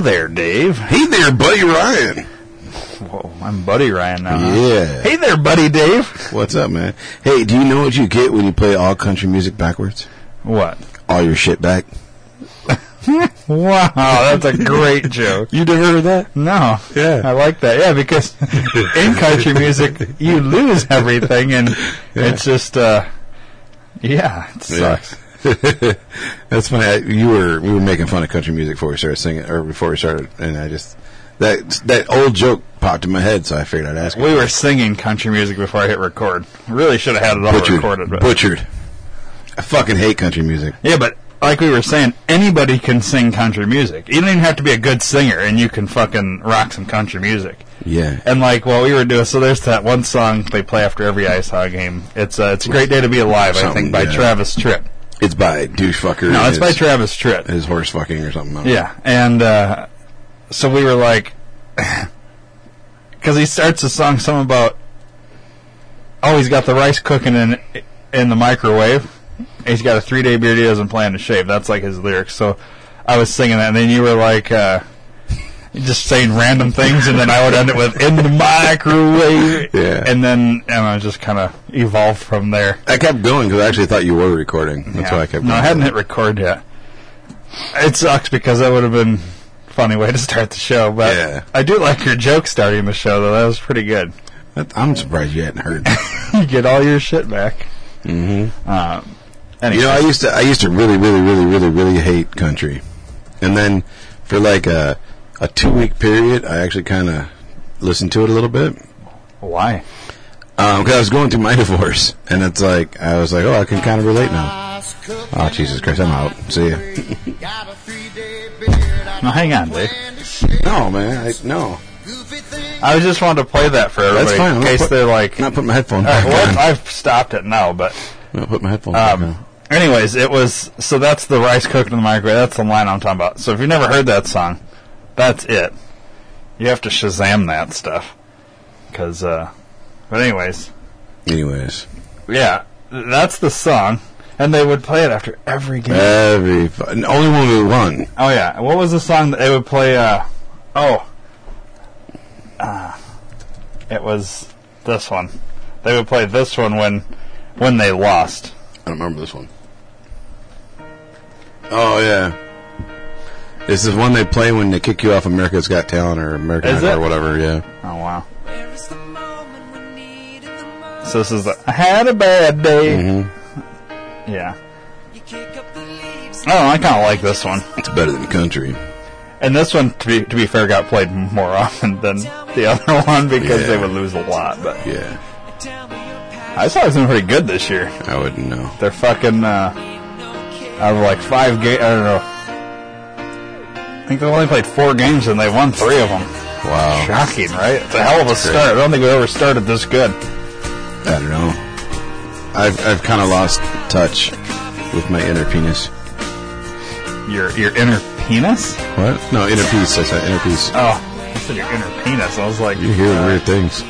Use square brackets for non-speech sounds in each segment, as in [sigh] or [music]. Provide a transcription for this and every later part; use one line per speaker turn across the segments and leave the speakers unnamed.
there, Dave.
Hey there, Buddy Ryan.
Whoa, I'm Buddy Ryan now. huh?
Yeah.
Hey there, Buddy Dave.
What's up, man? Hey, do you know what you get when you play all country music backwards?
What?
All your shit back.
Wow, that's a great joke.
You never heard that?
No.
Yeah.
I like that. Yeah,
[laughs]
because in country music, you lose everything, and it's just, uh, yeah, it sucks.
That's funny. I, you were we were making fun of country music before we started singing, or before we started, and I just that that old joke popped in my head, so I figured I'd ask. you.
We were singing country music before I hit record. Really should have had it all
Butchered,
recorded. But.
butchered. I fucking hate country music.
Yeah, but like we were saying, anybody can sing country music. You don't even have to be a good singer, and you can fucking rock some country music.
Yeah.
And like while we were doing, so there's that one song they play after every Ice Hog game. It's uh, it's a great day to be alive, I
Something,
think, by
yeah.
Travis Tritt.
It's by douchefucker.
No,
and
it's by
his-
Travis Tritt.
His horse fucking or something. I don't
Yeah, and uh, so we were like, [laughs] because he starts the song something about, oh, he's got the rice cooking in in the microwave. He's got a three day beard. He doesn't plan to shave. That's like his lyrics. So I was singing that, and then you were like. Uh, just saying random things, and then I would end it with "in the microwave,"
Yeah.
and then and I just kind of evolved from there.
I kept going because I actually thought you were recording. That's
Yeah.
why I kept.
No, I
going.
hadn't hit record yet. It sucks because that would have been a funny way to start the show, but
Yeah.
I do like your joke starting the show though. That was pretty good. [laughs]
That- I'm surprised you hadn't heard. [laughs]
You get all your shit back. Mm-hmm. Um, anyway,
you know, I used to, I used to really, really, really, really, really hate country, and then for like a a two week period, I actually kind of listened to it a little bit
why?
because I was going through my [laughs] divorce, and it's like I was like, oh, I can kind of relate now.
Oh, Jesus Christ, I'm out. See ya.
No, hang on, Dave.
No, man, I, no,
I was just wanted to play that for everybody
that's fine. I'm
in
not
case
put-
they're like,
not put my headphone.
All right,
Back
well,
[clears throat] on.
I've stopped it now, but
I'm not put my headphone. back
Um,
on.
anyways, it was so that's the rice cooked in the microwave. That's the line I'm talking about. So if you've never heard that song, that's it. You have to Shazam that stuff, because. Uh, but anyways,
Anyways,
yeah, th- that's the song, and they would play it after every game.
every fu- and only when we won.
oh yeah, what was the song that they would play? Uh, oh, uh, it was this one. They would play this one when when they lost.
I don't remember this one. Oh yeah. This is one they play when they kick you off America's Got Talent or American
Is
Idol or
it?
whatever. Yeah.
Oh wow. So this is the, Mm-hmm. I had a bad day. Yeah. I don't know, Oh, I kind of like this one.
It's better than country.
And this one, to be, to be fair, got played more [laughs] often than the other [laughs] one because they
Yeah.
would lose a lot. But
Yeah.
I saw them pretty good this year.
I wouldn't know.
They're fucking, uh, out of like five games, I don't know. I think they've only played four games and they won three of them.
Wow.
Shocking, right? It's a hell of a start. I don't think we ever started this good.
I don't know. I've I've kind of lost touch with my inner penis.
Your, your inner penis?
What? No, inner peace. I said inner peace.
Oh, I said your inner penis. I was like, uh,
You hear weird things.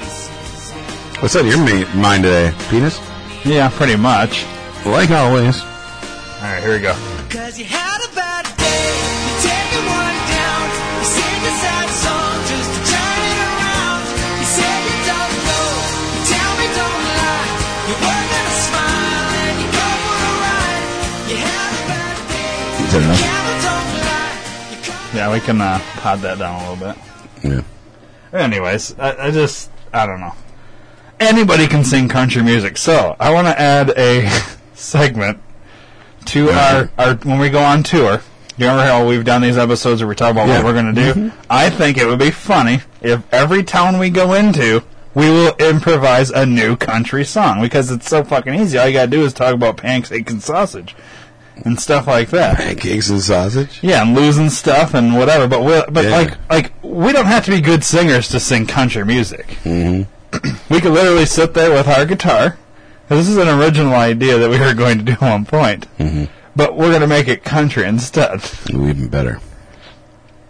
What's on your ma- mind today? Penis?
yeah, pretty much.
Like always.
All right, here we go.
Cause you had a bad day, you take it one down. You sing a sad song just to turn it around. You say you don't know, you tell me don't lie. You work on a smile and you go for a ride. You had a bad day,
Is that enough?
camera don't lie. You come
Yeah, we can uh, pod that down a little bit.
Yeah.
Anyways, I, I just I don't know. Anybody can sing country music, so I want to add a [laughs] segment to
Uh-huh.
our, our when we go on tour. You remember how we've done these episodes where we talk about
Yeah.
what we're going to do? I think it would be funny if every town we go into, we will improvise a new country song because it's so fucking easy. All you got to do is talk about pancakes and sausage and stuff like that.
Pancakes and sausage.
Yeah, and losing stuff and whatever. But we but
Yeah.
like like we don't have to be good singers to sing country music. Mm-hmm. [clears throat] we could literally sit there with our guitar. 'cause This is an original idea that we were going to do at one point, but we're going to make it country instead.
Ooh, even better.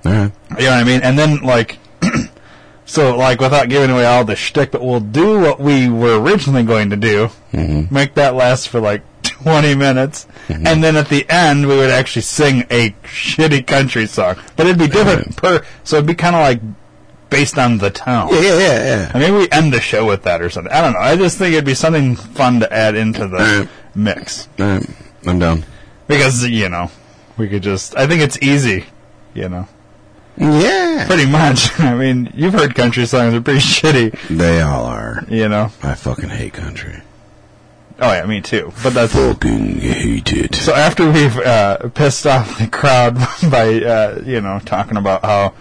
All right.
You know what I mean? And then like, [clears throat] so like without giving away all the shtick, but we'll do what we were originally going to do. Make that last for like [laughs] 20 minutes. And then at the end, we would actually sing a shitty country song. But it'd be different per, so it'd be kind of like based on the town.
Yeah, yeah, yeah, yeah.
I mean, we end the show with that or something. I don't know. I just think it'd be something fun to add into the
Alright.
mix.
All right, I'm down.
Because, you know, we could just, I think it's easy, you know.
Yeah,
Pretty much. [laughs] I mean, you've heard country songs are pretty shitty,
they all are.
you know.
I fucking hate country.
Oh yeah, me too. But that's
Fucking hate it.
so. After we've uh, pissed off the crowd [laughs] by uh, you know talking about how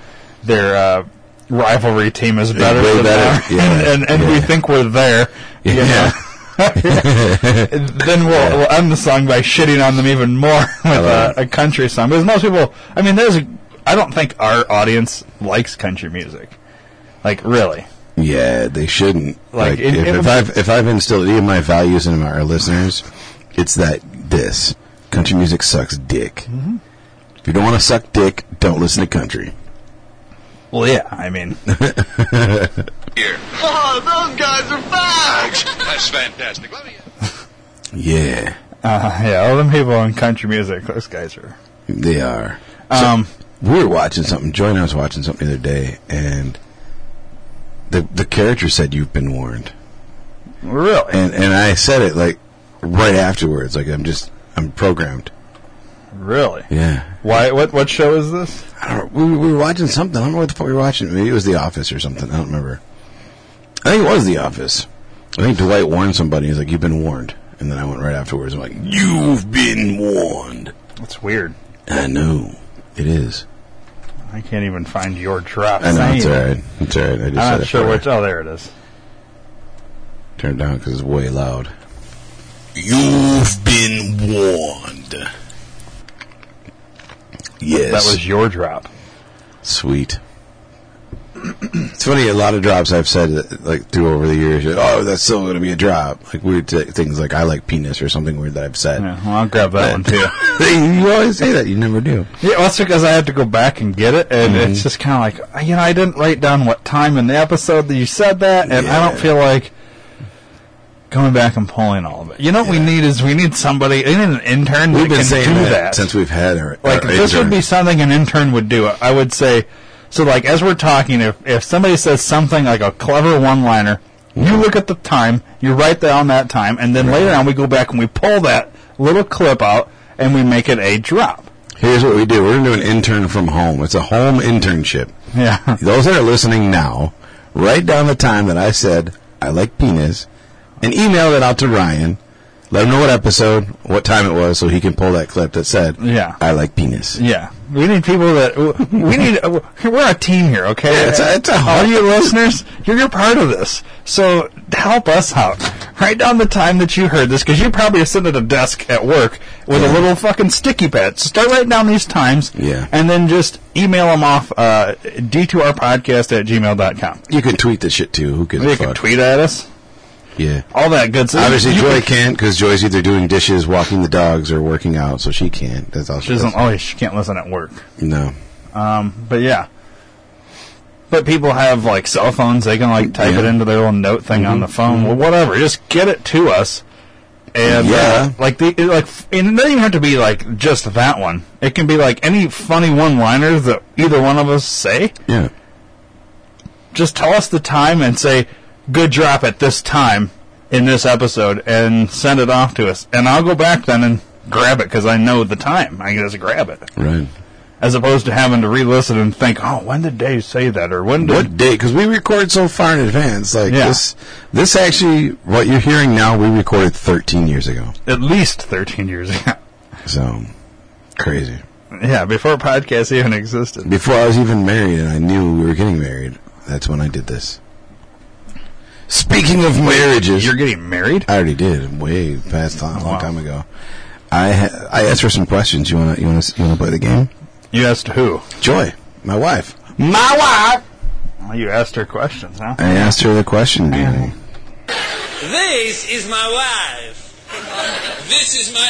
their uh, rivalry team is better
way
than
better.
ours, [laughs]
Yeah,
and, and, and we
yeah.
think we're
[laughs]
there, you
Yeah.
know. [laughs] then we'll, we'll end the song by shitting on them even more [laughs] with a,
love
a country song because most people, I mean, there's, a, I don't think our audience likes country music, like really.
Yeah, they shouldn't.
Like,
Like,
it-
if,
it-
if I've if I've instilled any of my values into our listeners, it's that this country music sucks dick. If you don't want to suck dick, don't listen to country.
Well, yeah, I mean,
Oh, those guys are facts! That's fantastic. Let me.
Yeah,
uh, yeah, all them people in country music, those guys are.
they are.
Um,
We were watching something. Joy and I was watching something the other day, and the the character said, "You've been warned,"
Really?
and and I said it like right afterwards. Like I'm just I'm programmed.
Really?
Yeah,
Why? What? What show is this?
I don't know. We, we were watching something. I don't know what the fuck we were watching. Maybe it was The Office or something. I don't remember. I think it was The Office. I think Dwight warned somebody. He's like, "You've been warned." And then I went right afterwards. I'm like, "You've been warned."
That's weird.
I know it is.
I can't even find your drop.
I know it's all
Same.
right. It's all right. I just
I'm
had
not
it
sure
for-
which. Oh, there it is.
turned down because it's way loud. You've been warned. Yes.
That was your drop.
Sweet. [clears throat] it's funny. A lot of drops I've said that, like through over the years. you're like, oh, that's still going to be a drop. Like weird t- things, like I like penis or something weird that I've said.
Yeah, well, I'll grab that one
[laughs]
too.
you always say that. You never do.
Yeah, well, that's because I had to go back and get it, and
Mm-hmm.
it's just kind of like you know I didn't write down what time in the episode that you said that, and I don't
Yeah.
feel like going back and pulling all of it. You know what we
Yeah.
need is we need somebody, we need an intern
We've
that
been
can
saying
do
that,
that
since we've had our
like
our
this would
intern.
be something an intern would do i would say so like as we're talking if, if somebody says something like a clever one liner you look at the time you write down that time and then later on we go back and we pull that little clip out and we make it a drop
Here's what we do. We're going to do an intern from home. It's a home internship.
yeah
Those that are listening now, write down the time that I said I like penis, and email that out to Ryan. Let him know what episode, what time it was, so he can pull that clip that said,
Yeah.
I like penis."
yeah we need people that we need we're a team here okay
Yeah, it's a- it's a
all you listeners you're, you're part of this so help us out write down the time that you heard this because you probably are sitting at a desk at work with a little fucking sticky pad so start writing down these times
Yeah.
and then just email them off uh, d2rpodcast at gmail.com
You can tweet this shit too. Who gives
you
a
can
fuck?
tweet at us
Yeah.
all that good stuff
Obviously,
You
Joy
can-
can't because Joy's either doing dishes, walking the dogs, or working out, so she can't. That's all she,
she
does.
doesn't always she can't listen at work
No.
Um, But yeah. But people have like cell phones, they can like type
Yeah. Mm-hmm.
it into their little note thing on the phone. Well, whatever, just get it to us. And
Yeah.
uh, like the it, like f- and it doesn't even have to be like just that one. It can be like any funny one-liners that either one of us say.
Yeah.
Just tell us the time and say good drop at this time in this episode and send it off to us. And I'll go back then and grab it cuz I know the time. I can just grab it
Right.
as opposed to having to re-listen and think, "Oh, when did Dave say that?" or "When did
what day? Because we record so far in advance. Like
Yeah.
this, this actually, what you're hearing now, we recorded 13 years ago.
at least 13 years ago. [laughs]
So crazy.
yeah, before podcasts even existed.
Before I was even married and I knew we were getting married, that's when I did this. Speaking of marriages,
You're getting married?
I already did way past time, a long
Wow.
time ago. I ha- I asked her some questions. You wanna you wanna you wanna play the game?
You asked who?
Joy, my wife, my wife.
Well, you asked her questions, huh?
[laughs] I asked her the question. Danny.
This is my wife. This is my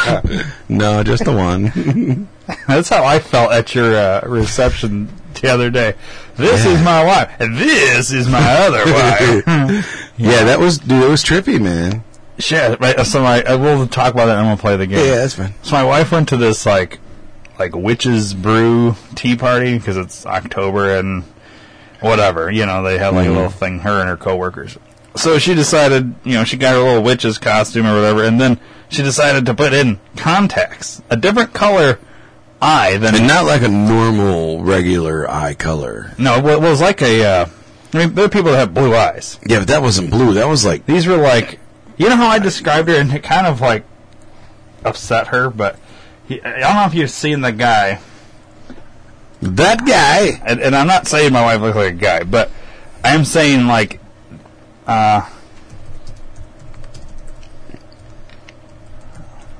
other wife.
No, just the [laughs] one.
That's how I felt at your uh, reception the other day. This is my
[laughs]
wife. and This is my other wife.
yeah, that was dude. It was trippy, man.
shit, right? So my, I will talk about it. and I'm gonna play the game.
Yeah, that's fine.
So my wife went to this like like witches brew tea party because it's October and whatever. You know, they had like a
Mhm.
little thing. Her and her coworkers. So she decided, you know, she got her little witch's costume or whatever, and then she decided to put in contacts, a different color eye than
And not like a normal, regular eye color.
no, it wa- it was like a. Uh, I mean, there are people that have blue eyes.
Yeah, but that wasn't blue. That was like
These were like, you know how I described her, and it kind of like upset her. But he, I don't know if you've seen the guy,
that guy.
and, and I'm not saying my wife looks like a guy, but I'm saying like, uh,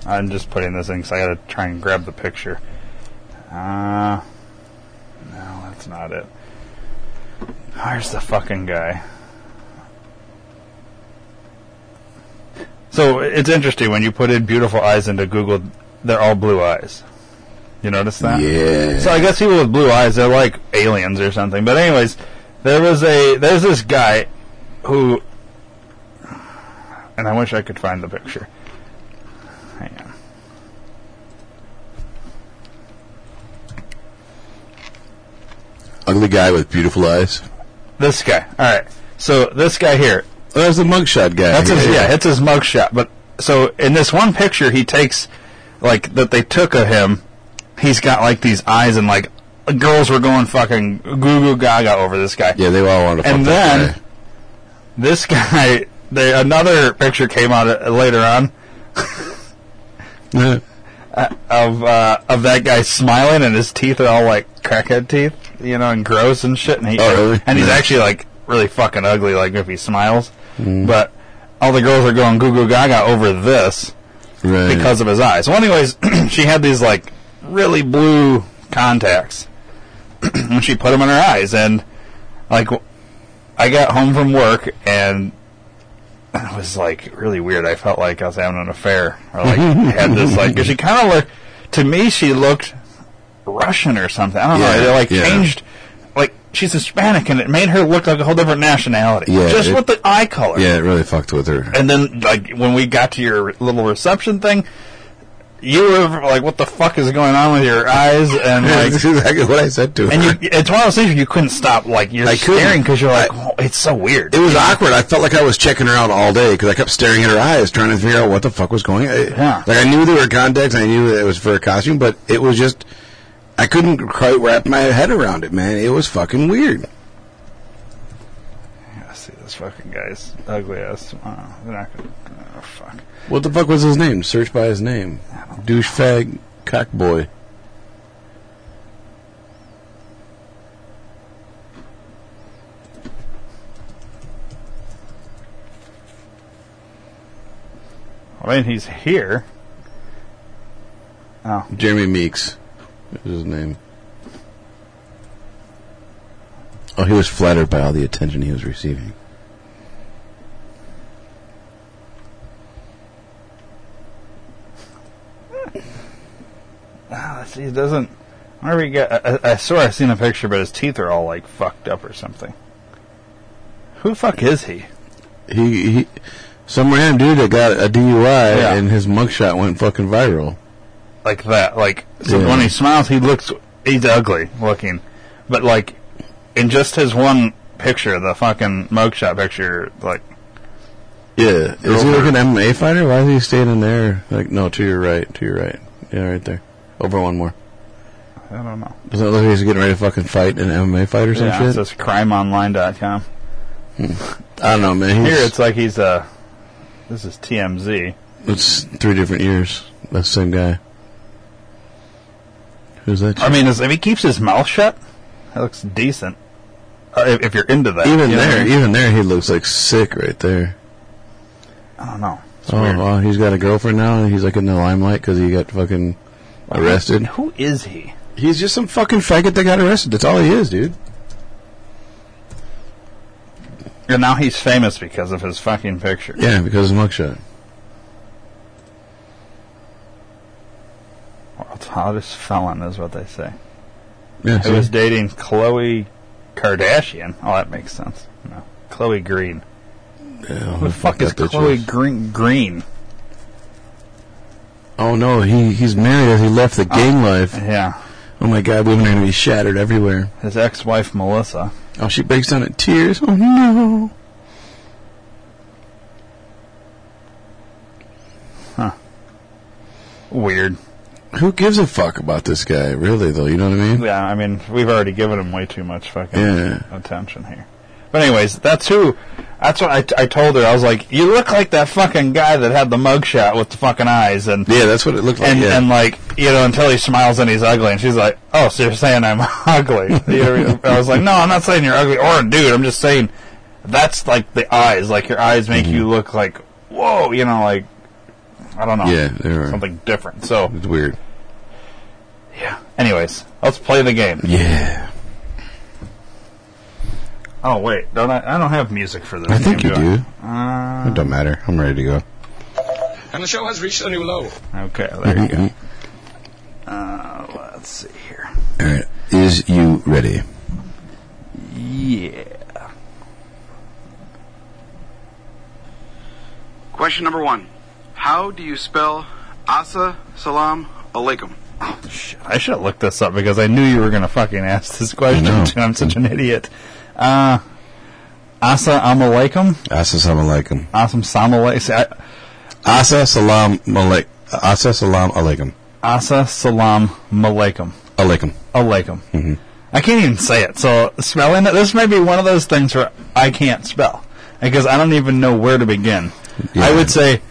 I'm just putting this in because I gotta try and grab the picture. Uh, no, that's not it. Where's the fucking guy? So it's interesting when you put in beautiful eyes into Google, they're all blue eyes. You notice that?
Yeah.
So I guess people with blue eyes, they're like aliens or something. But anyways, there was a there's this guy who, and I wish I could find the picture. Hang on.
Ugly guy with beautiful eyes.
This guy. All right. So this guy here.
Oh, that was the mugshot guy.
That's his. Yeah, it's his mugshot. But so in this one picture, he takes like that they took of him. He's got like these eyes and like girls were going fucking goo goo gaga over this guy.
Yeah, they all want to. fuck
and
that
then
guy.
this [laughs] guy, they, another picture came out uh, later on
Yeah.
of uh, of that guy smiling and his teeth are all like crackhead teeth, you know, and gross and shit. And he
Oh, really?
and he's
Yeah.
actually like really fucking ugly, like if he smiles.
Mm.
But all the girls are going goo goo gaga over this
right.
because of his eyes. Well, anyways, [clears throat] she had these like really blue contacts, [clears throat] and she put them in her eyes. And like, w- I got home from work, and it was like really weird. I felt like I was having an affair, or like had this like.
[laughs]
'cause she kind of looked to me. She looked Russian or something. I don't
Yeah,
know. They like
yeah.
changed. Like she's Hispanic, and it made her look like a whole different nationality.
Yeah,
just
it-
with the eye color.
yeah, it really fucked with her.
And then, like, when we got to your little reception thing, you were like, "What the fuck is going on with your eyes?" And
[laughs] That's
like,
exactly what I said to her.
and you, it's one of those things you couldn't stop. Like, you're
I couldn't.
staring because you're like,
I-
"Oh, "It's so weird."
It was awkward. I felt like I was checking her out all day because I kept staring at her eyes, trying to figure out what the fuck was going on.
Yeah.
Like, I knew there were contacts, I knew that it was for a costume, but it was just, I couldn't quite wrap my head around it, man. It was fucking weird.
I see this fucking guy's ugly ass. Oh, they're not gonna. Oh, fuck.
What the fuck was his name? Search by his name. Douchebag cockboy.
I mean, he's here. Oh,
Jeremy Meeks is his name. Oh, he was flattered by all the attention he was receiving.
oh see, it doesn't. Where we got? I, I I swear I've seen a picture, but his teeth are all like fucked up or something. Who the fuck is he?
He, he some random dude that got a DUI
Yeah.
and his mugshot went fucking viral.
like that. Like so
Yeah.
when he smiles, he looks he's ugly looking, but like in just his one picture, the fucking mugshot picture, like
Yeah, is he
Over.
like an MMA fighter? Why is he standing there? Like, no, to your right, to your right. Yeah, right there. Over one more.
I don't know.
Doesn't it look like he's getting ready to fucking fight an MMA fight or some
Yeah,
shit?
it says crimeonline.com.
I don't know, man.
Here
He's,
it's like he's uh this is TMZ.
it's three different years. That's the same guy. Who's that?
I mean, is, if he keeps his mouth shut, that looks decent. Uh, if, if you're into that,
even
you know
there,
what I mean?
even there, he looks like sick right there.
I don't know. It's
oh,
weird.
wow, he's got a girlfriend now, and he's like in the limelight because he got fucking arrested.
Who is he?
He's just some fucking faggot that got arrested. That's all he is, dude.
And now he's famous because of his fucking picture.
Yeah, because of mugshot.
World's hottest felon is what they say.
Yeah,
Who was dating Chloe Kardashian? Oh, that makes sense. No, Chloe Green.
Yeah,
Who the fuck is
that bitch
Chloe
was.
Green? Green.
Oh no, he he's married and he left
Oh.
the gang life.
Yeah.
Oh my god, women are gonna be shattered everywhere.
His ex-wife Melissa.
Oh, she breaks down in tears. Oh no.
Weird.
Who gives a fuck about this guy, really? Though you know what I mean?
Yeah, I mean, we've already given him way too much fucking
Yeah.
attention here. But anyways, that's who. That's what I, I told her. I was like, "You look like that fucking guy that had the mugshot with the fucking eyes and
Yeah, that's what it looked like.
and
yeah.
and like you know until he smiles and he's ugly." And she's like, "Oh, so you're saying I'm [laughs] ugly?" You know, I was like, "No, I'm not saying you're ugly or a dude. I'm just saying that's like the eyes. Like your eyes make
Mm-hmm.
you look like whoa, you know, like I don't know,
Yeah, they are.
something different." So
it's weird.
yeah. Anyways, let's play the game.
Yeah,
Oh wait, don't I? I don't have music for this.
I think you
game,
do.
I?
It don't matter. I'm ready to go.
And the show has reached a new low.
Uh, okay, there you go.
Mhm.
Uh, let's see here.
All right, is you ready?
Yeah.
Question number one How do you spell Asa Salam Alaikum?
Shit, I should have looked this up because I knew you were going to fucking ask this question.
I know.
dude. I'm such an idiot. Uh, Asa Amalaikum?
Asa salam alaikum.
Asam Samalaikum?
Asa salam alaik. Asa salam alaikum.
Asa Salam Malaikum.
Alaikum.
Alaikum. I can't even say it. So spelling it, this may be one of those things where I can't spell because I don't even know where to begin. I
Yeah.
would say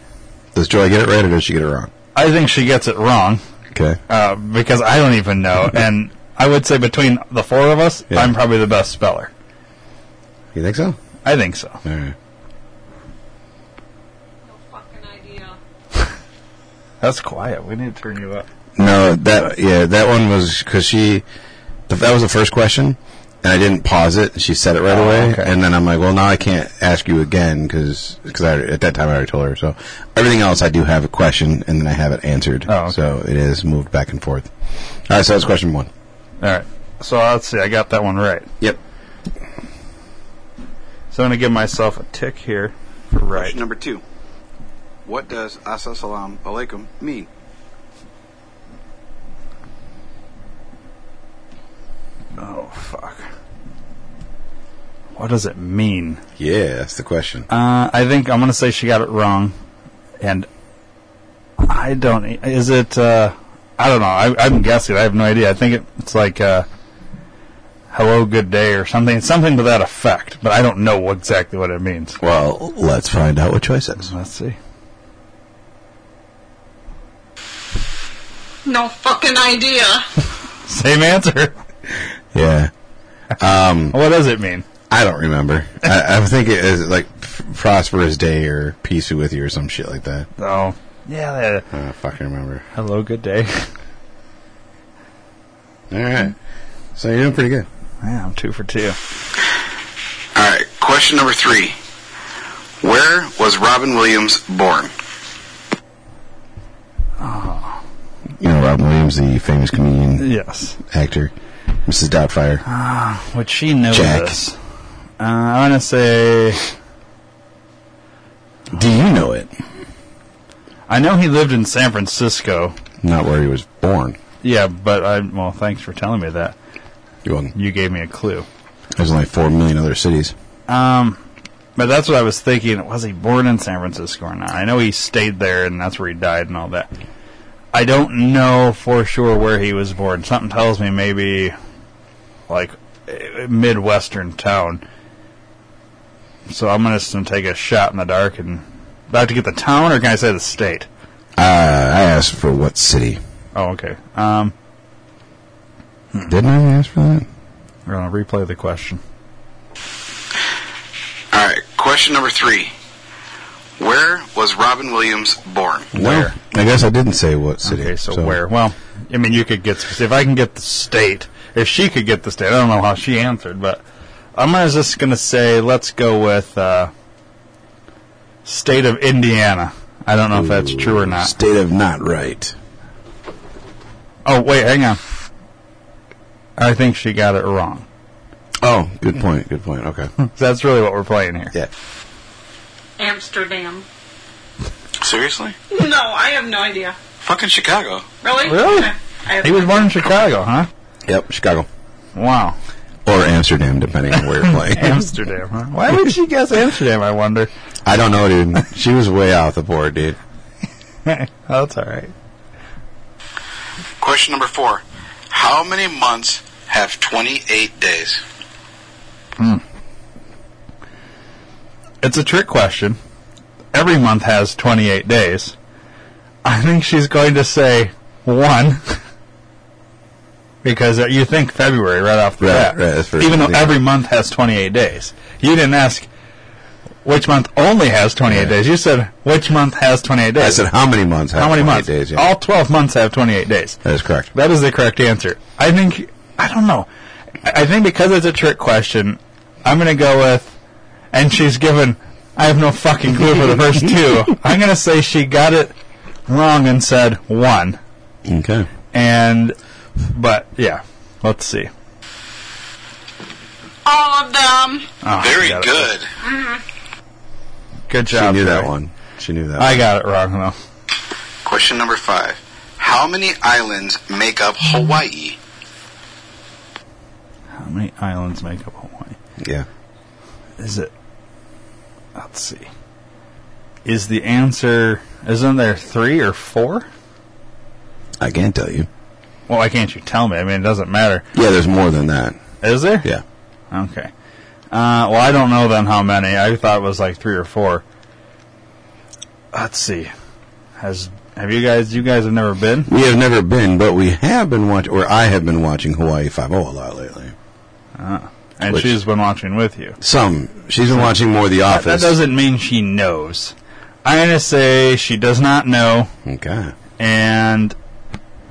Does Joy get it right or does she get it wrong?
I think she gets it wrong
Okay.
uh, because I don't even [laughs] know. and I would say between the four of us,
Yeah.
I'm probably the best speller.
You think so?
I think so.
All right.
No fucking idea.
That's quiet. We need to turn you up.
No, that yeah, that one was because she. th- That was the first question, and I didn't pause it. She said it right
Oh,
away,
okay.
and then I'm like, well, now I can't ask you again because at that time I already told her. So everything else, I do have a question, and then I have it answered.
Oh, okay.
So it is moved back and forth. All right, so that's question one.
All right. So let's see. I got that one right.
Yep.
So I'm gonna give myself a tick here for right.
Question number two What does Asa Salam Alaikum mean?
Oh fuck. What does it mean?
Yeah, that's the question.
Uh, I think I'm gonna say she got it wrong, and I don't. Is it? Uh, I don't know. I, I'm guessing. I have no idea. I think it, it's like uh, "Hello, good day" or something. Something to that effect. But I don't know exactly what it means.
Well, let's find out what choice says.
Let's see.
No fucking idea.
[laughs] Same answer.
Yeah,
What does it mean?
I don't remember. I, I think it is like f- prosperous day or peace be with you or some shit like that.
Oh, yeah. that-
I don't fucking remember.
Hello, good day.
All right. So you're doing pretty good.
Yeah, I'm two for two.
All right, question number three Where was Robin Williams born?
You know, Robin Williams, the famous comedian,
Yes.
actor, Mrs. Doubtfire.
Would she know
Jack.
this? Uh, I'm gonna say
Do you know it?
I know he lived in San Francisco.
Not where he was born.
Yeah, but I well, thanks for telling me that.
You're welcome.
You gave me a clue.
There's only four million other cities.
Um, but that's what I was thinking. Was he born in San Francisco or not? I know he stayed there, and that's where he died and all that. I don't know for sure where he was born. Something tells me maybe like a midwestern town. So I'm gonna just gonna take a shot in the dark and. Do I have to get the town, or can I say the state?
Uh, I asked for what city.
Oh, okay. Um,
Didn't I ask for that?
we're gonna replay the question.
All right, question number three Where was Robin Williams born?
Where?
I guess I didn't say what city.
Okay, so, where? Well, I mean, you could get spec- if I can get the state. If she could get the state, I don't know how she answered, but I'm gonna- just going to say let's go with uh, state of Indiana. I don't know if that's true or not.
State of not right.
Oh wait, hang on. I think she got it wrong.
Oh, good point. Good point. Okay.
That's really what we're playing here.
yeah.
Amsterdam.
Seriously?
No, I have no idea.
Fucking Chicago.
Really?
Really?
Okay. I have
He was born in Chicago, huh?
Yep, Chicago.
Wow.
Or Amsterdam, depending on where you're [laughs] playing.
Amsterdam, huh? Why would she guess Amsterdam, I wonder? [laughs]
I don't know, dude. She was way off the board, dude.
That's all right.
Question number four. How many months have 28 days?
It's a trick question. Every month has 28 days. I think she's going to say one. because uh, you think February right off the
Right,
bat.
right, that's first
Even though
thing.
every month has 28 days. You didn't ask which month only has 28
Yeah.
days. You said which month has 28 days.
I said, how many months? Oh. Have
How many
28
months?
Days, yeah.
All 12 months have 28 days.
that is correct.
That is the correct answer. I think I don't know. I I think because it's a trick question, I'm gonna go with and she's given I have no fucking clue for the
[laughs]
first two. I'm gonna say she got it wrong and said one.
Okay.
And but yeah. Let's see.
All of them.
Oh,
Very
I got it.
good.
Good
She
job.
knew that
Barry.
one. She knew that
I got it wrong though.
Question number five. How many islands make up Hawaii?
How many islands make up Hawaii?
one. Yeah.
Is it let's see. Is the answer isn't there three or four?
I can't tell you.
Well, why can't you tell me? I mean, it doesn't matter.
Yeah, there's more than that.
Is there?
Yeah.
Okay. Uh, well, I don't know then how many. I thought it was like three or four. Let's see. Has have you guys? You guys have never been?
We have never been, but we have been watching, or I have been watching Hawaii Five O a lot lately.
And
Which-
she's been watching with you.
Some. She's been watching more The
That, that
Office.
doesn't mean she knows. I'm gonna say she does not know,
okay.
and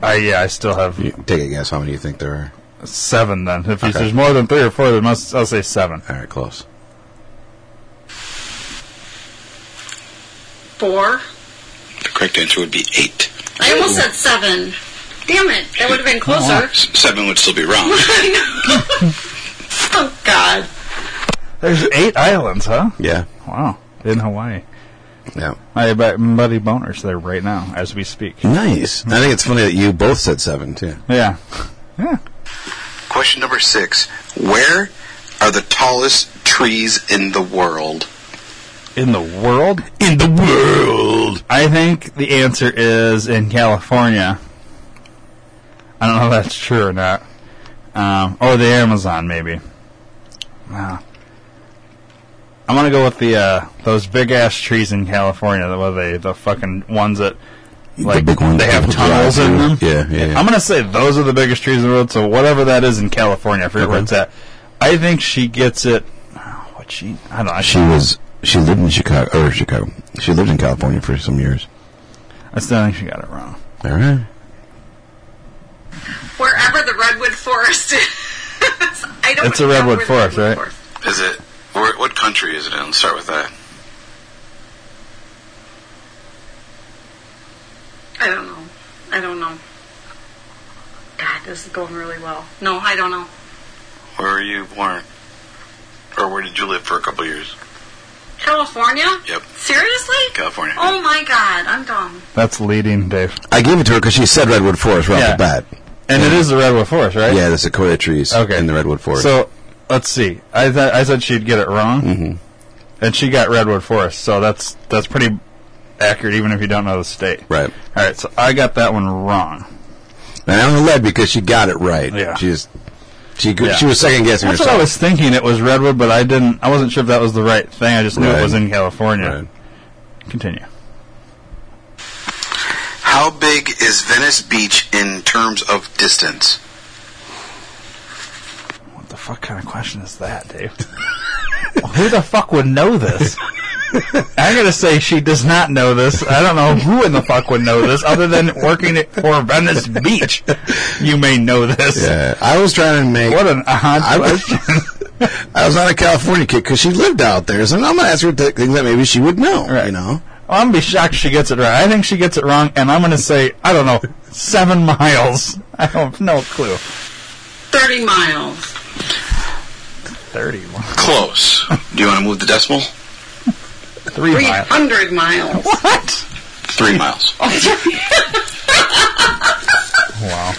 I yeah, I still have
You take a guess how many you think there are.
seven. Then if you-
Okay.
there's more than three or four, then must I'll say seven.
All right, close.
Four.
The correct answer would be eight.
I almost said seven. Damn it. That would have been closer.
S- seven would still be wrong.
I know. [laughs] oh, God.
There's eight islands, huh?
Yeah.
Wow, in Hawaii.
Yeah.
I bet Buddy Boner's there right now as we speak.
Mm-hmm. Nice. I think it's funny that you both said seven too.
Yeah. Yeah.
Question number six. Where are the tallest trees in the world?
In the world?
In the world.
I think the answer is in California. I don't know if that's true or not. Um, or the Amazon, maybe. Wow. I'm gonna go with the uh, those big ass trees in California. The what are they the fucking ones that like
big ones
they
that
have
people
tunnels
drive
in them.
through. Yeah, yeah, yeah.
I'm gonna say those are the biggest trees in the world. So whatever that is in California, I forget where
Okay.
it's at. I think she gets it. oh, What she? I don't. know. I
She
can't-
was. She lived in Chicago or Chicago. She lived in California for some years.
I still think she got it wrong.
All right.
Wherever the redwood forest is. [laughs] I don't
It's a
know
redwood
where the
forest, right?
Is it? Where, what country is it in? Let's start with that.
I don't know. I don't know. God, this is going really well. No, I don't know.
Where were you born? Or where did you live for a couple years?
California?
Yep.
Seriously?
California.
Oh my God, I'm dumb.
That's leading, Dave.
I gave it to her because she said redwood forest right
Yeah.
off the bat.
And it is the redwood forest, right?
Yeah, the sequoia trees
Okay.
in the redwood forest.
So let's see. I th- I said she'd get it wrong, mm-hmm. and she got redwood forest. So that's that's pretty accurate, even if you don't know the state.
right.
All right. So I got that one wrong.
And I'm led because she got it right.
Yeah.
She just she could,
Yeah.
she was second guessing
That's what I
herself.
was thinking. It was redwood, but I didn't. I wasn't sure if that was the right thing. I just knew it
Right.
was in California.
Right.
Continue.
How big is Venice Beach in terms of distance?
What the fuck kind of question is that, Dave? [laughs] who the fuck would know this? I'm gonna say she does not know this. I don't know who in the fuck would know this, other than working at, for Venice Beach. You may know this.
Yeah, Uh, I was trying to make.
What an odd
I was,
question.
[laughs] I was on a California kick because she lived out there, so I'm gonna ask her th- things that maybe she would know. You
Right.
know,
Well, I'm gonna be shocked if she gets it right. I think she gets it wrong, and I'm gonna say I don't know seven miles. [laughs] I have no clue.
30 miles.
Thirty miles.
Close. Do you want to move the decimal?
Three miles.
300 miles.
What?
Three miles.
Wow.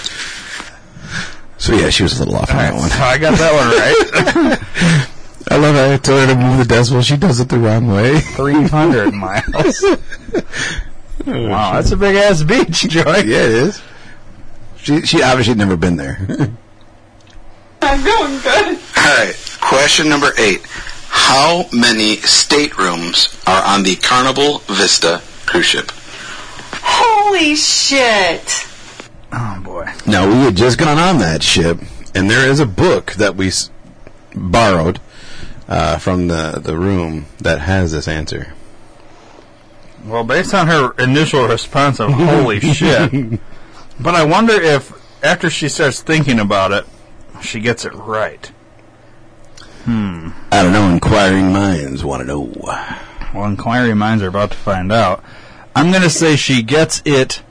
So yeah, she was a little off on that one.
So Oh, I got that one [laughs] right.
I love how I told her to move the decimal. She does it the wrong way.
300 miles. [laughs] Wow, that's a big ass beach, Joy.
yeah, it is. She she obviously had never been there.
[laughs]
I'm going good.
All right. Question number eight. How many staterooms are on the Carnival Vista cruise ship?
Holy shit.
Oh, boy.
now we had just gone on that ship, and there is a book that we s- borrowed uh, from the the room that has this answer.
Well, based on her initial response of
[laughs]
holy shit. But I wonder if after she starts thinking about it, she gets it right.
I don't know. Inquiring minds want to know.
Well, inquiring minds are about to find out. I'm going to say she gets it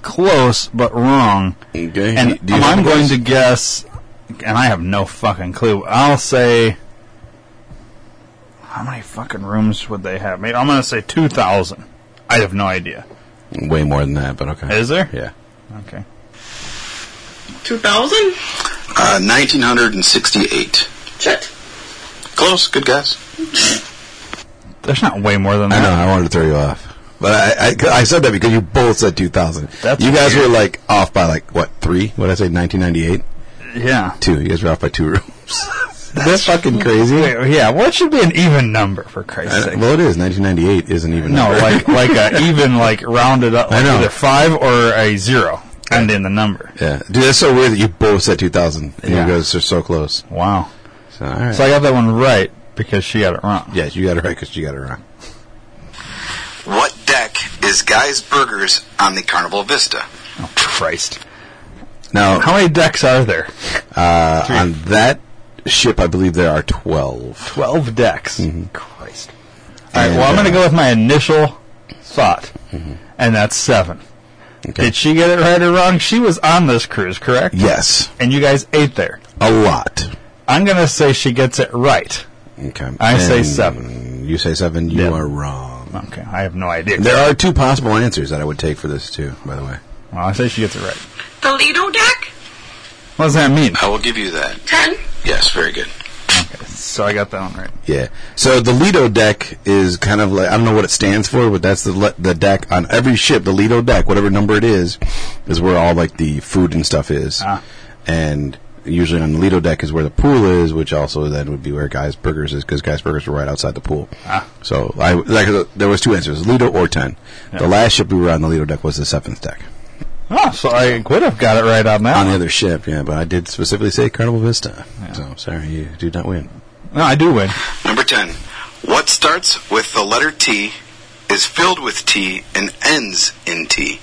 close but wrong.
Okay.
And
do you
I'm
have
going
those?
to guess, and I have no fucking clue. I'll say, how many fucking rooms would they have? Maybe I'm going to say 2,000. I have no idea.
way more than that, but okay.
Is there?
Yeah.
Okay.
2,000?
Uh, 1968.
Shit.
Close. Good guess.
There's not way more than
I
that.
know. I wanted to throw you off, but I I, I said that because you both said 2000.
That's
you guys
weird.
were like off by like what three? What did I say? 1998.
Yeah.
Two. You guys were off by two rooms. That's fucking crazy.
Wait, yeah. What should be an even number for Christ's
Uh,
sake?
well, it is. 1998 isn't even. [laughs]
No,
number.
like like a even like rounded up, like
I know.
either five or a zero, and in the number.
yeah, dude, that's so weird that you both said 2000. And
Yeah.
You guys are so close.
Wow.
So, all right.
So I got that one right because she got it wrong.
yes, you got it right because you got it wrong.
What deck is Guy's Burgers on the Carnival Vista?
Oh, Christ.
Now
How many decks are there?
uh, on that ship, I believe there are 12.
Twelve decks. Christ. Mm-hmm. All right. Well, I'm going to go with my initial thought,
Mm-hmm.
and that's seven.
Okay.
Did she get it right or wrong? She was on this cruise, correct?
Yes,
And you guys ate there.
a lot.
I'm going to say she gets it right.
Okay.
I say
And
seven.
You say seven. You
Yeah.
are wrong.
Okay, I have no idea.
There are two possible answers that I would take for this too. By the way,
Well, I say she gets it right.
The Lido deck?
What does that mean?
I will give you that.
10?
Yes, very good.
Okay, so I got that one right.
yeah. So the Lido deck is kind of like I don't know what it stands for, but that's the le- the deck on every ship. The Lido deck, whatever number it is, is where all like the food and stuff is,
Ah.
and usually on the Lido deck is where the pool is, which also then would be where Guy's Burgers is because Guy's Burgers were right outside the pool.
Ah.
So I like uh, there was two answers: Lido or ten.
Yeah.
The last ship we were on the Lido deck was the seventh deck.
Oh, so I would have got it right on that.
on the
one.
other ship, yeah, but I did specifically say Carnival Vista. So sorry, you do not win.
No, I do win.
Number 10. What starts with the letter T, is filled with T, and ends in T?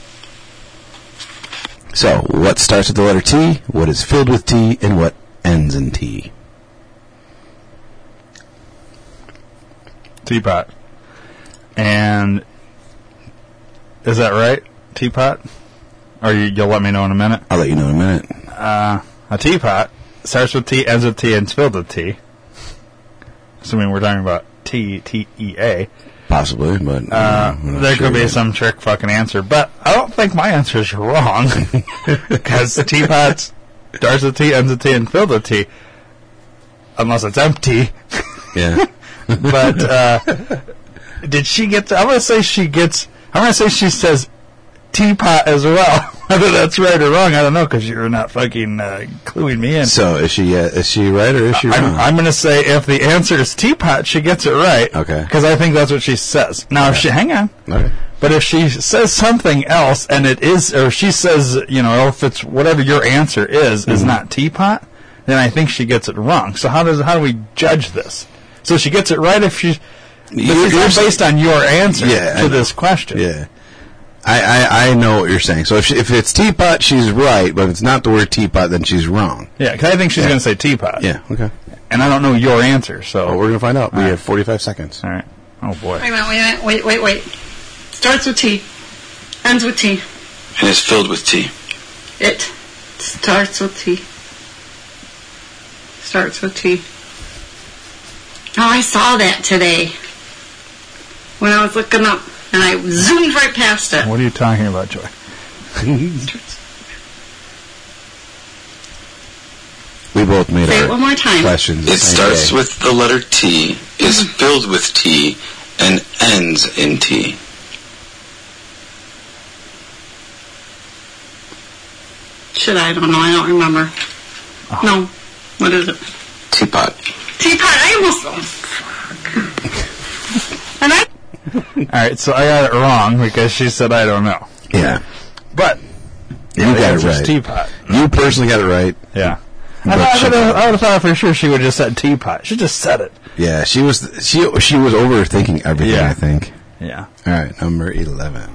So what starts with the letter T, what is filled with T, and what ends in T?
Teapot. And is that right? Teapot? Or you, you'll let me know in a minute.
I'll let you know in a minute.
A teapot starts with T, ends with T, and spilled with T. Assuming we're talking about T T E A.
Possibly, but
Uh,
I'm not
there
sure
could be
yet.
some trick fucking answer, but I don't think my answer is
[laughs]
wrong because teapots starts with T, ends with T, and filled with T, unless it's empty. [laughs]
Yeah. [laughs]
But uh, did she get? I'm gonna say she gets. I'm gonna say she says teapot as well. [laughs] Whether that's right or wrong, I don't know because you're not fucking uh, cluing me in.
so is she uh, is she right or is she
I'm,
wrong?
I'm going to say if the answer is teapot, she gets it right.
Okay.
Because I think that's what she says. Now, if she, hang on.
Okay.
But if she says something else and it is, or if she says, you know, if it's whatever your answer is, is
Mm-hmm.
not teapot, then I think she gets it wrong. So how does, how do we judge this? So she gets it right if she, but
You're-
it's
you're
not
s-
based on your answer
Yeah,
to
I know.
this question.
Yeah. I, I, I know what you're saying. So if, she, if it's teapot, she's right, but if it's not the word teapot, then she's wrong.
Yeah, because I think she's going to say teapot.
Yeah, okay.
And I don't know your answer, so.
Well, we're going to find out. we
All right.
have 45 seconds.
All right. Oh, boy.
Wait a minute, wait a minute, wait, wait, wait. Starts with T. Ends with T.
And is filled with T.
It starts with T. Starts with T. Oh, I saw that today. when I was looking up, and I zoomed right past it.
What are you talking about, Joy?
We both made
Say
our
it one more time.
questions. the
It
same
starts
day.
with the letter T, is filled with T, and ends in T.
Should I? I don't know. I don't remember. No. What is it?
Teapot.
Teapot. I almost. Oh, fuck. and I.
All right, so I got it wrong because she said I don't know.
yeah.
But
You
the
got it
answer's
right.
teapot.
You personally got it right.
Yeah. I,
But
thought- I
she-
would've- I would have thought for sure she would have just said teapot. She just said it.
Yeah, she was she she was overthinking everything.
Yeah.
I think.
Yeah.
All right, number eleven.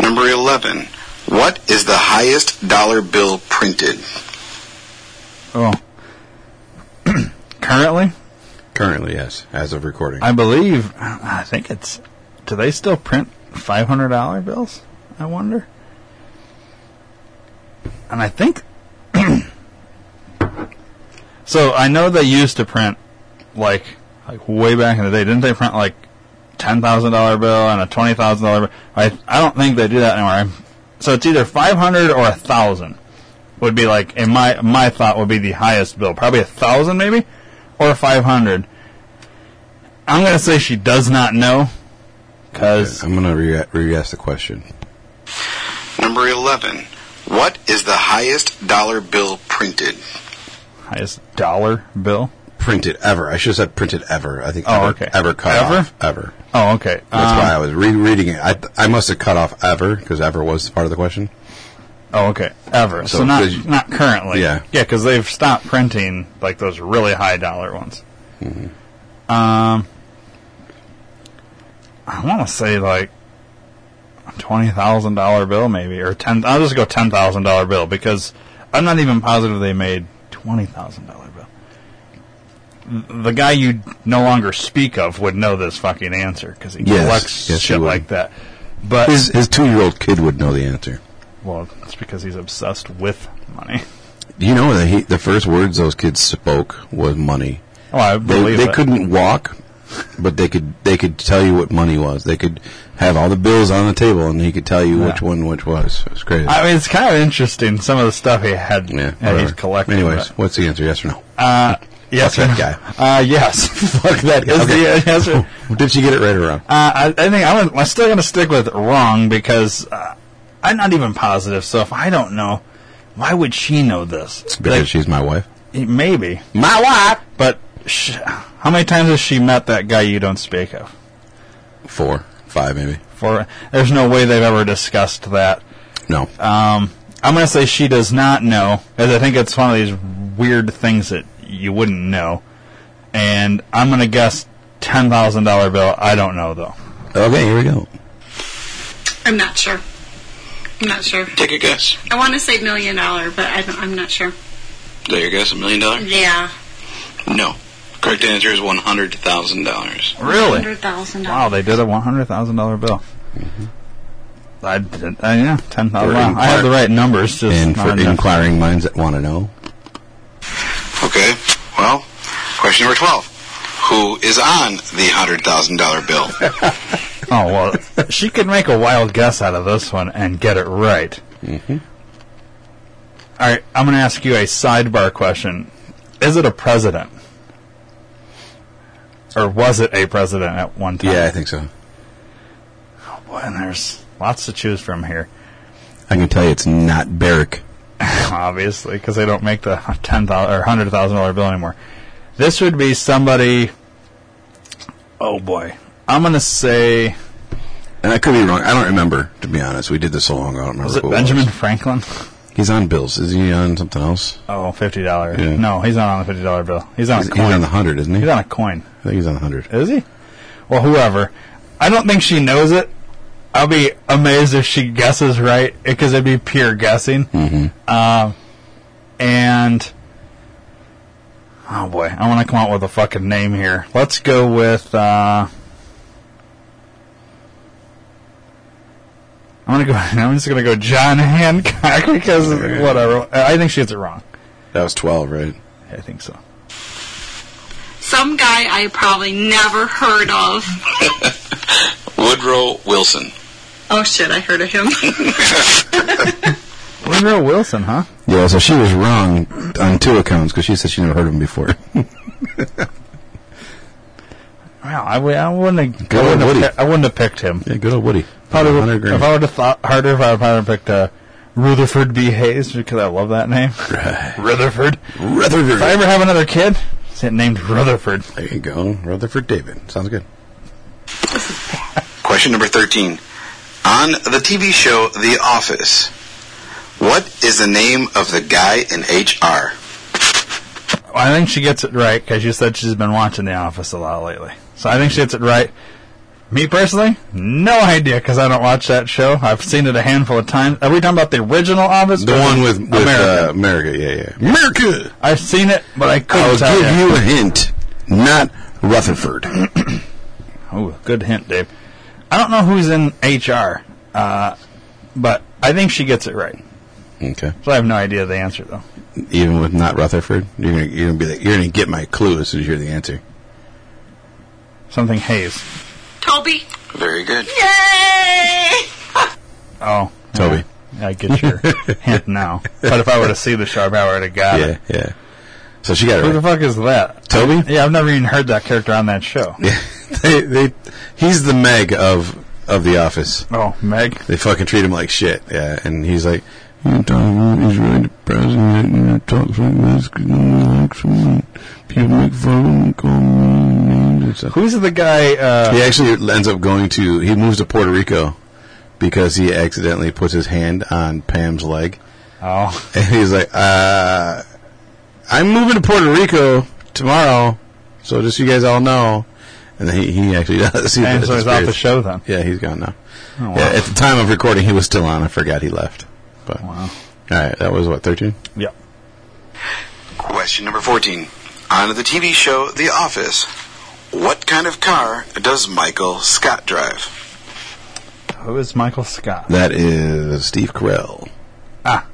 Number 11. What is the highest dollar bill printed?
Oh. [clears throat] Currently,
Currently, yes, as of recording.
I believe, I think it's, do they still print $500 bills? I wonder. And I think, [clears throat] so I know they used to print, like, like way back in the day, didn't they print like $10,000 bill and a $20,000 bill? I, I don't think they do that anymore. I'm- So it's either 500 or a 1,000 would be like, in my, my thought would be the highest bill. Probably a 1,000 maybe? Or 500. I'm gonna say she does not know, because
I'm gonna re- re-ask the question.
Number 11. What is the highest dollar bill printed?
highest dollar bill.
Printed ever? I should have said printed ever. I think.
Oh,
ever,
okay.
Ever cut
Ever?
off ever.
Oh, okay.
That's
Um,
why I was rereading it. I th- I must have cut off ever because ever was part of the question.
Oh, okay. Ever. So,
So,
not
did you-
not currently.
Yeah.
Yeah, because they've stopped printing like those really high dollar ones.
Mm-hmm.
Um, I want to say like a twenty thousand dollar bill, maybe or ten. I'll just go ten thousand dollar bill because I'm not even positive they made twenty thousand dollar bill. Th- The guy you no longer speak of would know this fucking answer because he
Yes.
collects
Yes, he
shit
would.
like that. But
His his two year old kid would know the answer.
well, it's because he's obsessed with money.
Do you know that he, the first words those kids spoke was money?
Oh, I
They,
believe
they
it.
couldn't walk, but they could they could tell you what money was. They could have all the bills on the table, and he could tell you which
Yeah.
one which was. It was crazy.
I mean, it's kind of interesting some of the stuff he had.
yeah,
that he's
whatever.
collected.
Anyways, what's the answer? Yes or no?
but, uh, yes,
Fuck
or no?
that
[laughs] Uh, yes, fuck that. Is
Okay.
the [laughs]
[laughs]
answer.
Did you get it right or wrong?
Uh, I, I think I'm, I'm still going to stick with wrong because uh, I'm not even positive. So if I don't know, why would she know this?
Because she's my wife.
Like, maybe,
My wife.
but sh- how many times has she met that guy you don't speak of?
Four, five, maybe.
For there's no way they've ever discussed that.
No.
Um, I'm going to say she does not know, because I think it's one of these weird things that you wouldn't know. And I'm going to guess $10,000 bill. I don't know, though.
okay, here we go.
I'm not sure. I'm not sure.
Take a guess.
I want to say million dollar, but I don't, I'm not sure.
Is that your guess? A million dollars?
Yeah.
No. Correct answer is $100,000.
Really?
Hundred thousand
Wow,
dollars.
they did a $100,000 bill.
Mm-hmm.
I didn't, uh, yeah, 10000
For
Wow. I have the right numbers. Just
And for
not enough.
inquiring minds that want to know,
Okay. Well, question number 12. Who is on the $100,000 bill?
Oh, well, she could make a wild guess out of this one and get it right. Mm-hmm. right, I'm going to ask you a sidebar question. Is it a president? Or was it a president at one time?
yeah, I think so.
Boy, and there's lots to choose from here,
I can tell you, it's not Barrick.
obviously, because they don't make the ten thousand or hundred thousand dollar bill anymore. This would be somebody. Oh boy, I'm going to say
And I could be wrong. I don't remember, to be honest. We did this so long, I don't remember.
was it
who
Benjamin Franklin?
He's on bills. Is he on something else?
Oh, fifty dollar.
Yeah.
No, he's not on the fifty dollar bill. He's on
He's,
a
he's
coin.
on the hundred, isn't he?
He's on a coin.
I think he's on the hundred.
Is he? Well, whoever. I don't think she knows it. I'll be amazed if she guesses right because it'd be pure guessing. Mm-hmm. and oh boy, I want to come out with a fucking name here. Let's go with. Uh, I'm gonna go. [laughs] I'm just gonna go John Hancock [laughs] because whatever. I think she gets it wrong.
That was twelve, right?
I think so.
So some guy I probably never heard
[laughs]
of.
Woodrow Wilson.
Oh shit, I heard of him. [laughs]
Woodrow Wilson, huh?
Yeah, so she was wrong on two accounts because she said she never heard of him before. [laughs]
Wow, I, w- I wouldn't have.
Good
I wouldn't
old
have,
Woody.
pi- I wouldn't have picked him.
yeah, good old Woody.
Probably would-
100 grand.
if I would have thought harder, if I would have picked uh, Rutherford B. Hayes because I love that
[laughs]
name. Rutherford. If I
[sighs] Rutherford.
ever have another kid, it's named Rutherford.
There you go. Rutherford David. Sounds good.
Question number 13. On the TV show The Office, what is the name of the guy in HR?
I think she gets it right because you said she's been watching The Office a lot lately. So I think she gets it right. Me personally, no idea because I don't watch that show. I've seen it a handful of times. Are we talking about the original Office?
The
or
one with, with
America.
America. Uh, America. Yeah, yeah. America!
I've seen it, but I couldn't
I'll
tell
give
you.
you a hint. Not Rutherford.
Oh, good hint, Dave. I don't know who's in HR, uh, but I think she gets it right.
[clears throat] okay.
So I have no idea the answer though.
Even with not Rutherford, you're gonna you're gonna be like, you're gonna get my clue as soon as you hear the answer.
Something Hayes.
Toby.
Very good.
Yay!
Oh,
Toby.
I get
[laughs]
your hint now. But if I would have seen the show, I would have got
Yeah,
it.
yeah. So she got
Who
it
the
right.
fuck is that?
Toby.
Yeah, I've never even heard that character on that show.
[laughs] Yeah, [laughs] they, they, he's the Meg of of the office.
Oh, Meg.
They fucking treat him like shit. Yeah, and he's like, you talking he's really depressing and he talks like this because no one likes him. and People make fun of him and call him names and stuff.
Who's the guy? Uh,
He actually ends up going to he moves to Puerto Rico because he accidentally puts his hand on Pam's leg,
Oh,
and he's like, uh, "I'm moving to Puerto Rico tomorrow, so just so you guys all know." And then he, he actually [laughs] does. He
and
does
so he's off the
experience-
show then.
yeah, he's gone now.
Oh, wow.
Yeah, at the time of recording, he was still on. I forgot he left. But
Wow.
all right, that was what thirteen.
Yeah.
Question number 14. On the TV show The Office, what kind of car does Michael Scott drive?
Who is Michael Scott?
That is Steve Carell.
Ah.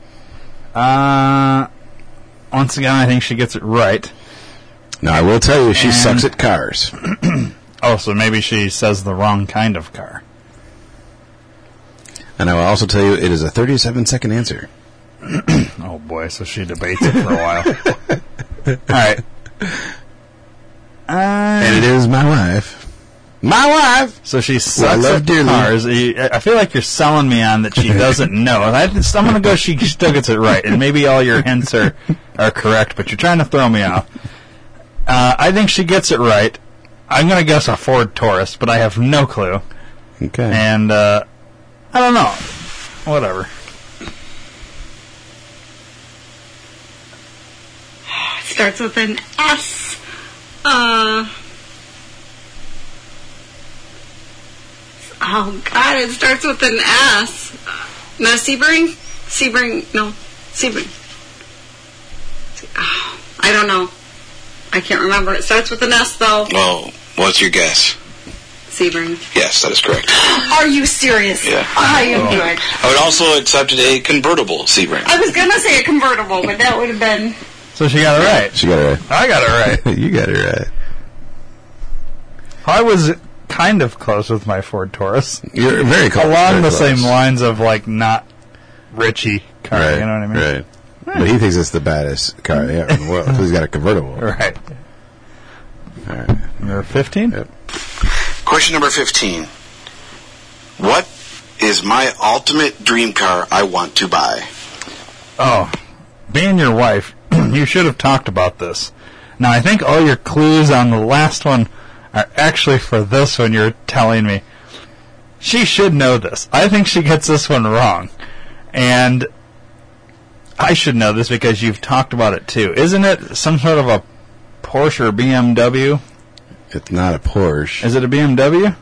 Uh, once again, I think she gets it right.
Now I will tell you, she
And-
sucks at cars.
Oh, so maybe she says the wrong kind of car.
And I will also tell you, it is a thirty-seven second answer.
Oh boy, so she debates it for a while.
[laughs]
All right.
And
Uh,
it is my wife. My wife.
so she
Well, I
sucks
love
at
dearly.
cars. You- I I feel like you're selling me on
[laughs]
that she doesn't know. And I, I'm going to go. She still gets it right, and maybe all your hints are are correct, but you're trying to throw me off. Uh, I think she gets it right. I'm going to guess a Ford Taurus, but I have no clue.
Okay.
And uh, I don't know. Whatever.
Starts with an S. Uh. Oh God! It starts with an S. No, Sebring. Sebring. No, Sebring. Oh, I don't know. I can't remember. It starts with an S though.
Well, Oh, what's your guess?
Sebring.
Yes, that is correct.
Are you serious?
Yeah.
I am good.
I would also accept a convertible Sebring.
I was gonna say a convertible, but that would have been.
So she got it right.
[laughs] she got it
I got it right.
right. [laughs] you got it right.
I was kind of close with my Ford Taurus.
You're very close.
Along
very
the
close.
same lines of like not Richie car,
Right.
you know what I mean?
Right. But he thinks it's the baddest car yeah, in the world 'cause he's got a convertible.
[laughs] Right.
All right.
Number fifteen?
Yep.
Question number 15. What is my ultimate dream car I want to buy?
Oh. Being your wife, [clears throat] you should have talked about this. Now I think all your clues on the last one are actually for this one you're telling me. She should know this. I think she gets this one wrong. And I should know this because you've talked about it too. Isn't it some sort of a Porsche or BMW?
It's not a Porsche.
Is it a BMW?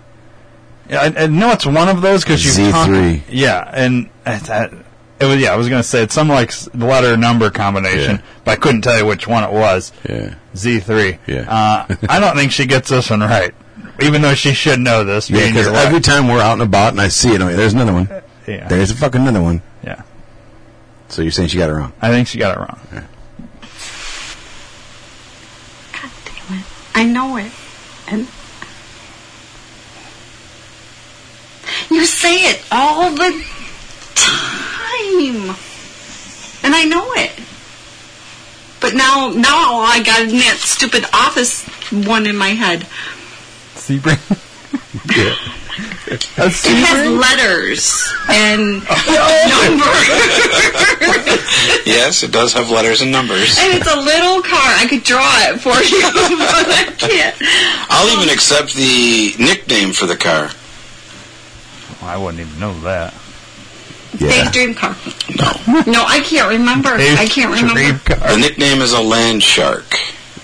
Yeah, I, I know it's one of those because you
Z3.
yeah, and I, I, it was yeah. I was gonna say it's some like s- letter number combination,
Yeah.
but I couldn't tell you which one it was.
yeah.
Z three.
Yeah. [laughs]
Uh, I don't think she gets this one right, even though she should know this.
Yeah,
being
because
your wife.
every time we're out and about and I see it, I'm like, there's another one.
yeah,
There's a fucking another one.
yeah.
So you're saying she got it wrong.
I think she got it wrong.
I I know it. And you say it all the time. And I know it. But now now I got in that stupid office one in my head.
Sebring. That's
It has
Sebring?
letters and numbers.
Yes, it does have letters and numbers.
and it's a little car. I could draw it for you, [laughs] but I can't.
I'll even accept the nickname for the car.
I wouldn't even know that.
Yeah.
[laughs] Dave's dream car. No. No, I can't remember. I can't
Dave's
remember.
dream car.
The nickname is a land shark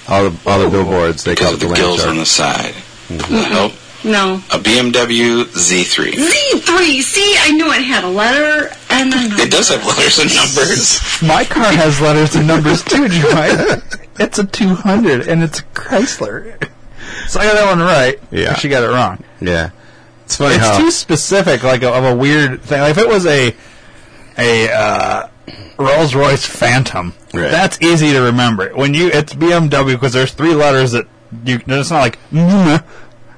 All the, all the billboards, they
because
call it
of
the
the
land
gills on
shark. Mm-hmm.
the side. Oh,
No.
a BMW Z3.
Z3. See, I knew it had a letter and a number.
It does have [laughs] letters and numbers.
My car has letters and numbers too, [laughs] Joy. It's a 200 and it's a Chrysler. So I got that one right.
Yeah.
She got it wrong.
Yeah. It's funny
It's
how.
too specific, like a, of a weird thing. Like if it was a a uh, Rolls Royce Phantom,
Right.
that's easy to remember. When you it's BMW because there's three letters that you. It's not like mm,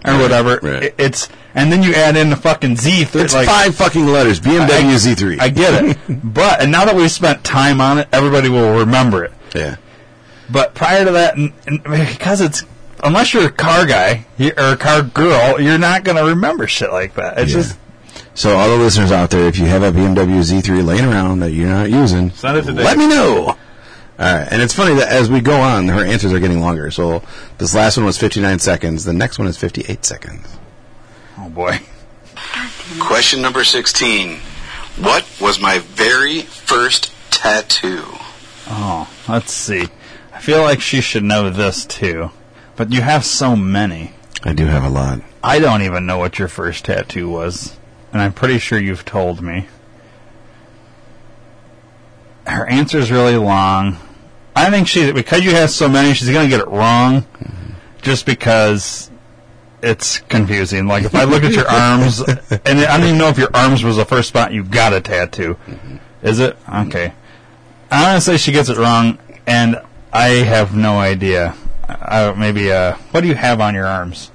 or whatever.
right.
It- it's and then you add in the fucking Z. Three,
it's
like,
five fucking letters. BMW
I-
Z3.
I get
[laughs]
it, but and now that we've spent time on it, everybody will remember it.
yeah.
But prior to that, and, and because it's unless you're a car guy you- or a car girl, you're not gonna remember shit like that. It's
Yeah.
just
So all the listeners out there, if you have a BMW Z3 laying around that you're not using,
Send it to Dave.
let me know. All right, and it's funny that as we go on, her answers are getting longer. So this last one was 59 seconds. The next one is 58 seconds.
oh boy.
Question number 16. What was my very first tattoo?
Oh, let's see. I feel like she should know this too. But you have so many.
I do have a lot.
I don't even know what your first tattoo was. And I'm pretty sure you've told me. Her answer's really long. I think she, because you have so many, she's going to get it wrong just because it's confusing. Like, if I look at your arms, and I don't even know if your arms was the first spot you got a tattoo. Is it? Okay. I honestly, she gets it wrong, and I have no idea. I, maybe, uh, what do you have on your arms?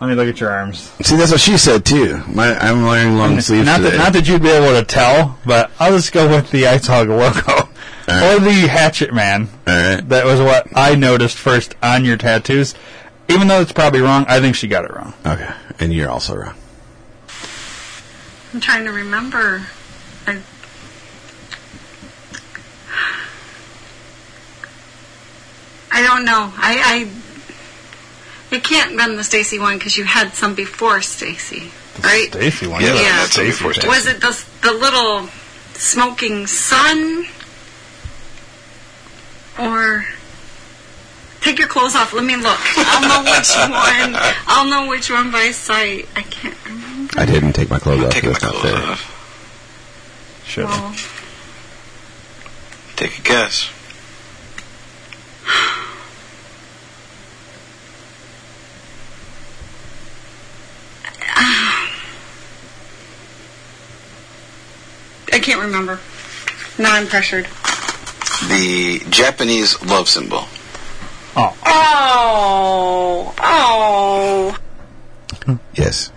Let me look at your arms.
See, that's what she said too. My, I'm wearing long sleeves
not
today.
that not that you'd be able to tell, but I'll just go with the Ice Hog logo
right.
or the Hatchet Man.
All right.
That was what I noticed first on your tattoos. Even though it's probably wrong, I think she got it wrong.
okay, and you're also wrong.
I'm trying to remember. I... I don't know. I, I it can't been the Stacy one because you had some before Stacy, right?
Stacy won.
Yeah,
Yeah.
that's a before tattoo.
Was it the the little smoking sun? Or take your clothes off. Let me look. I'll know which one. I'll know which one by sight. I can't remember.
I didn't take my clothes off.
Take my
That's not
clothes
fair.
off.
Should
Well,
Take a guess.
I can't remember. Now I'm pressured.
The Japanese love symbol.
Oh, oh.
Yes.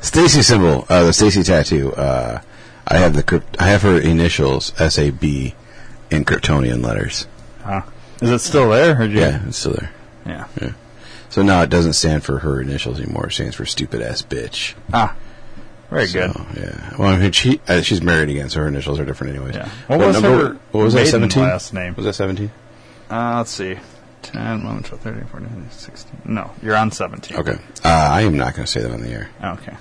Stacy symbol, uh, the Stacy tattoo. Uh, I have the crypt- I have her initials S A B in Kryptonian letters.
Huh. Is it still there? Or did you-
Yeah, it's still there.
Yeah.
So now it doesn't stand for her initials anymore. It stands for stupid ass bitch.
Ah. Very good.
So, yeah. Well, I mean, she uh, she's married again, so her initials are different anyways.
Yeah. What was her
What was that?
maiden
Seventeen.
last name?
Was that seventeen?
Uh, let's see. 10, 11, 12, 13, 14, 16. No, you're on 17.
Okay. Uh, I am not going to say that on the air.
Okay.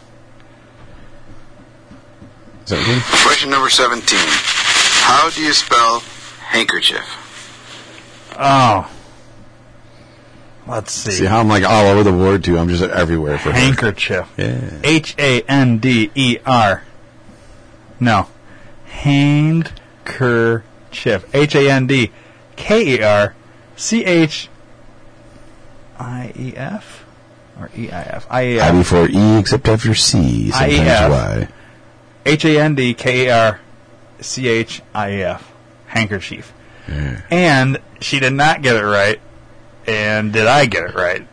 Seventeen.
Question number 17. How do you spell handkerchief?
Oh. Let's see.
See how I'm like all over the board too. I'm just everywhere for her.
Handkerchief.
Yeah.
H A N D E R. No. Handkerchief. H A N D K E R C H I E F? Or E I F? I E
I
F.
before E except after C. Sometimes
IEF.
Y.
H A N D K E R C H I E F. Handkerchief. And she did not get it right. And did I get it right?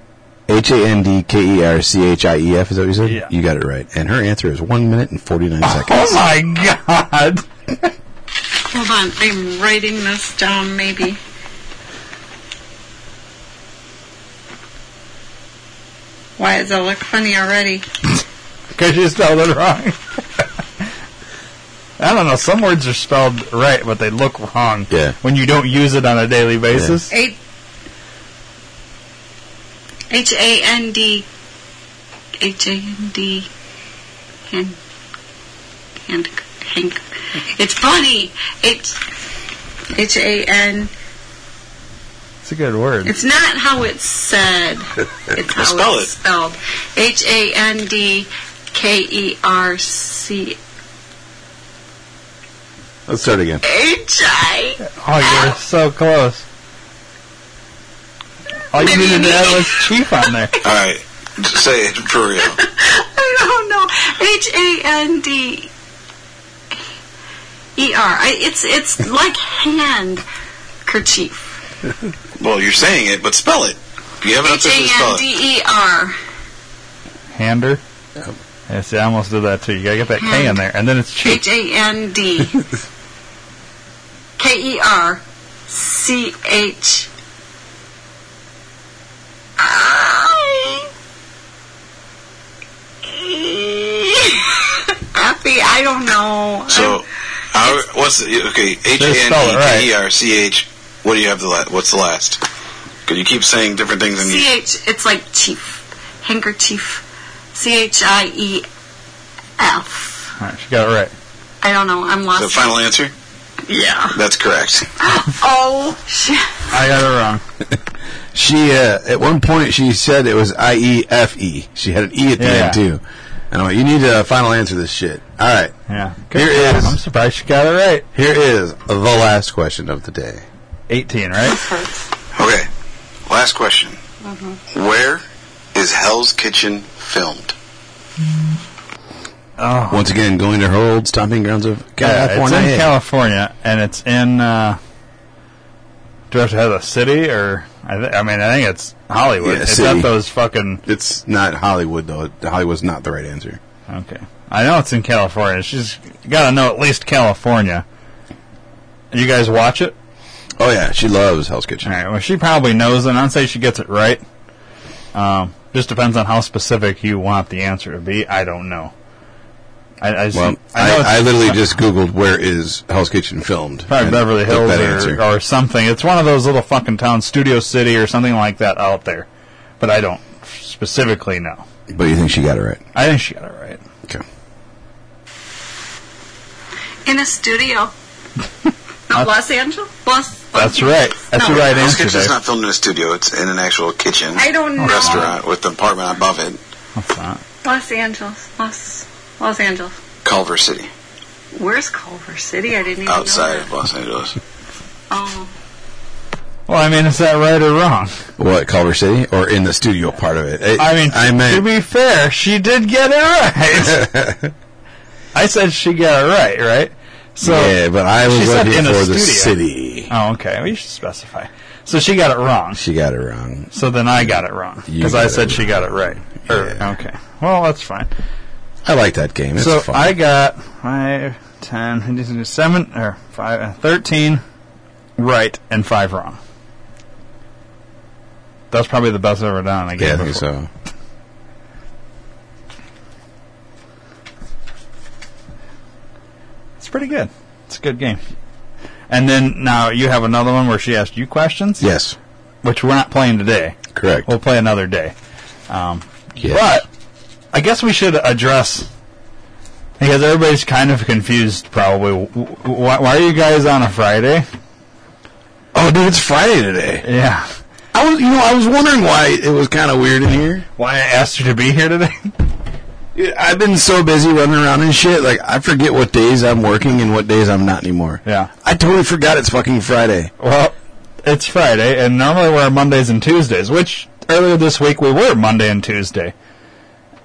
H A N D K E R C H I E F, is that what you said?
Yeah.
You got it right. And her answer is 1 minute and 49
[laughs]
seconds.
Oh my god!
Hold on, I'm writing this down maybe. Why does it look funny already?
Because you spelled it wrong. [laughs] I don't know. Some words are spelled right, but they look wrong.
Yeah.
When you don't use it on a daily basis.
Eight. H A N D. H A N D. Hand. Hand. Hank. It's funny. H. H A N.
It's a good word.
It's not how
[laughs]
it's said. It's how
Spell
it's
it.
spelled. H A N D K E R C
Let's start again.
H I. [laughs]
Oh, you're so close. All you needed to add was chief on there.
All right, just say it for real.
I don't know. Oh, H A N D E R. I- It's it's like hand kerchief.
Well, you're saying it, but spell it. You haven't
H
officially
A N
spelled
D
it.
E R.
Hander. Yeah, see, I almost did that too. You gotta get that K in there, and then it's chief.
H A N D K E R C H I [laughs] Happy, I don't know.
So, how, what's the, okay? H
spell
A
it
N
right.
D K E R C H. What do you have the la- what's the last? Because you keep saying different things and
C
you
H. It's like chief, handkerchief. C H I E F.
All right, she got it right.
I don't know. I'm
the
lost.
final answer.
yeah.
That's correct.
Oh shit.
I got it wrong.
She, uh, at one point, she said it was I E F E. She had an E at the
Yeah.
end, too. And I'm like, you need to final answer this shit. All right.
Yeah.
Here is-
I'm surprised she got it right.
Here is the last question of the day.
18, right?
Okay, last question.
Mm-hmm.
Where is Hell's Kitchen filmed?
Oh.
Once again, going to her old stomping grounds of
Yeah, it's
California.
in California, and it's in. Uh, do I have to have a city or? I, th- I mean, I think it's Hollywood.
Yeah,
it's
city.
not those fucking.
It's not Hollywood, though. Hollywood's not the right answer.
Okay, I know it's in California. She's got to know at least California. You guys watch it?
Oh, yeah. She loves Hell's Kitchen.
All right. Well, she probably knows, and I'd say she gets it right. Um, just depends on how specific you want the answer to be. I don't know. I, I, just-
Well,
I, know
I,
it's
I, literally just Googled where is Hell's Kitchen filmed.
Probably
and
Beverly
took
Hills
that
or,
answer.
or something. It's one of those little fucking towns, Studio City or something like that out there. But I don't specifically know.
But you think she got it right?
I think she got it right.
Okay.
In a studio. No, Los Angeles. Los.
That's right. That's
No.
the right
Hell's
answer.
Kitchen's
Dave.
not filmed in a studio. It's in an actual kitchen.
I don't know.
Restaurant with the apartment above it,
That's not.
Los Angeles. Los. Los Angeles.
Culver City,
Where's Culver City? I didn't even
outside
Know
of
that.
Los Angeles.
Oh,
Well, I mean, is that right or wrong?
What, Culver City? Or in the studio part of it?
I mean,
I
to
meant.
be fair, she did get it right.
[laughs]
I said she got it right, right? So,
yeah, but I
She
was
said
looking
in a
for the
studio.
city.
oh, okay. We should specify. So she got it wrong.
She got it wrong.
So then I got it wrong
You
because
got
I
it
said she got it right. Or-
Yeah.
Okay. Well, that's fine.
I like that game. It's
so
fun.
I got 5, 10, 7, or 5, uh, 13 right and 5 wrong. That's probably the best I've ever done. I
yeah, I
guess.
think so.
It's pretty good. It's a good game. And then now you have another one where she asked you questions,
Yes,
which we're not playing today.
correct.
We'll play another day. Um,
Yes.
But I guess we should address because everybody's kind of confused. Probably, W- w- why, why are you guys on a Friday?
oh, dude, it's Friday today.
Yeah.
I was, you know, I was wondering why it was kind of weird in here.
Why I asked you to be here today? [laughs]
Yeah, I've been so busy running around and shit. Like I forget what days I'm working and what days I'm not anymore.
Yeah.
I totally forgot it's fucking Friday.
Well, it's Friday, and normally we're on Mondays and Tuesdays, which earlier this week we were Monday and Tuesday.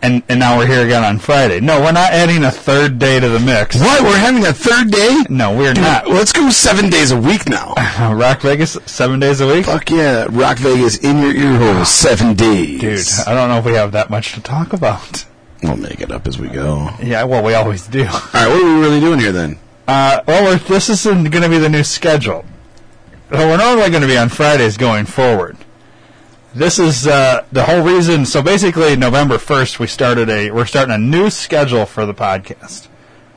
and and now we're here again on Friday. No, we're not adding a third day to the mix.
What? We're having a third day?
No, we're not.
Let's go seven days a
[sighs]
week now.
[laughs] Rock Vegas seven days a week,
Fuck yeah, Rock Vegas in your ear hole seven days.
dude. I don't know if we have that much to talk about.
We'll make it up as we go. All
Yeah, well, we always do.
right, what are we really doing here then?
Uh, well, we're, this isn't going to be the new schedule. So we're normally going to be on Fridays going forward. This is uh, the whole reason. So basically, November first, we started a we're starting a new schedule for the podcast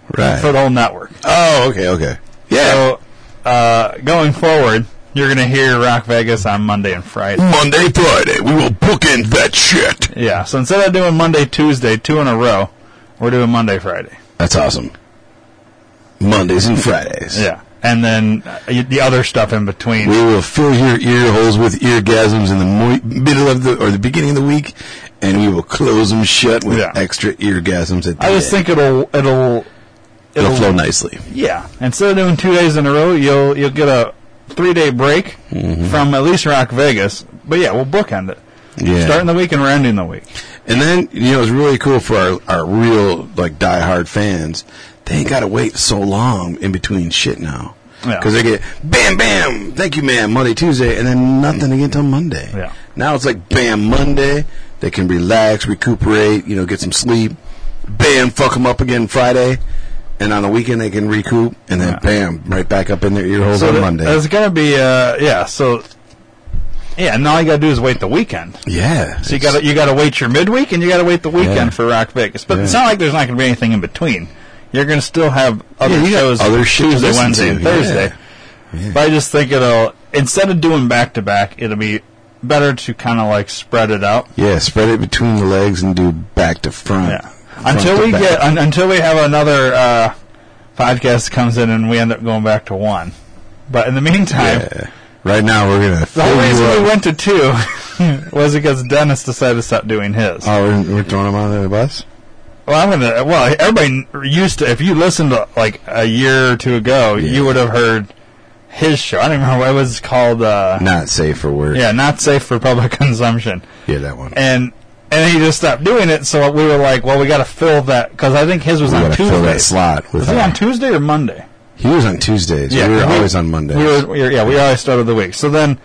for the whole network.
Oh, okay, okay. Yeah.
So uh, going forward, you're going to hear Rock Vegas on Monday and Friday.
Monday, Friday, we will bookend that shit.
Yeah. So instead of doing Monday, Tuesday, two in a row, we're doing Monday, Friday.
That's awesome. Mondays and Fridays.
Yeah. And then uh, y- the other stuff in between.
We will fill your ear holes with eargasms in the mo- middle of the or the beginning of the week, and we will close them shut with
Yeah.
extra eargasms at the
I just
end.
think it'll it'll
it'll, flow nicely.
Yeah. Instead of doing two days in a row, you'll you'll get a three day break
Mm-hmm.
from at least Rock Vegas. But yeah, we'll bookend it.
Yeah.
Starting the week and we're ending the week.
And then you know it's really cool for our, our real like diehard fans. They ain't got to wait so long in between shit now
Yeah.
because they get bam bam. Thank you, man. Monday, Tuesday, and then nothing again till Monday.
Yeah.
Now it's like bam Monday. They can relax, recuperate, you know, get some sleep. Bam, fuck them up again Friday, and on the weekend they can recoup, and then
Yeah.
bam, right back up in their ear holes
so
on
th-
Monday.
There's gonna be uh yeah, so yeah, and all you gotta do is wait the weekend.
yeah.
So you got to you got to wait your midweek and you got to wait the weekend
Yeah.
for Rock Vegas. But it's
Yeah.
not like there's not going to be anything in between. You're going to still have other
Yeah, you got
shows
other shit to
Tuesday,
listen
Wednesday, and
to, yeah.
Thursday. But I just think it'll instead of doing back to back, it'll be better to kind of like spread it out.
yeah, spread it between the legs and do back to front.
Yeah.
Front
Until
to
we
back.
get un, until we have another uh, podcast comes in and we end up going back to one. But in the meantime,
Yeah. Uh, Right now, we're gonna.
the whole
fill
reason
you
we
up.
went to two [laughs] was because Dennis decided to stop doing his.
Oh, we're, we're throwing him under the bus.
Well, I'm gonna. Well, everybody used to. If you listened to like a year or two ago,
Yeah.
you would have heard his show. I don't remember what it was called. Uh,
Not safe for work.
Yeah, not safe for public [laughs] consumption.
yeah, that one.
And and he just stopped doing it. So we were like, well, we got to fill that because I think his was
we
on
gotta
Tuesday.
fill that slot with.
was it
our-
on Tuesday or Monday?
he was on Tuesdays. Yeah, we were always on Mondays.
We were, we were- yeah, we always started the week. So then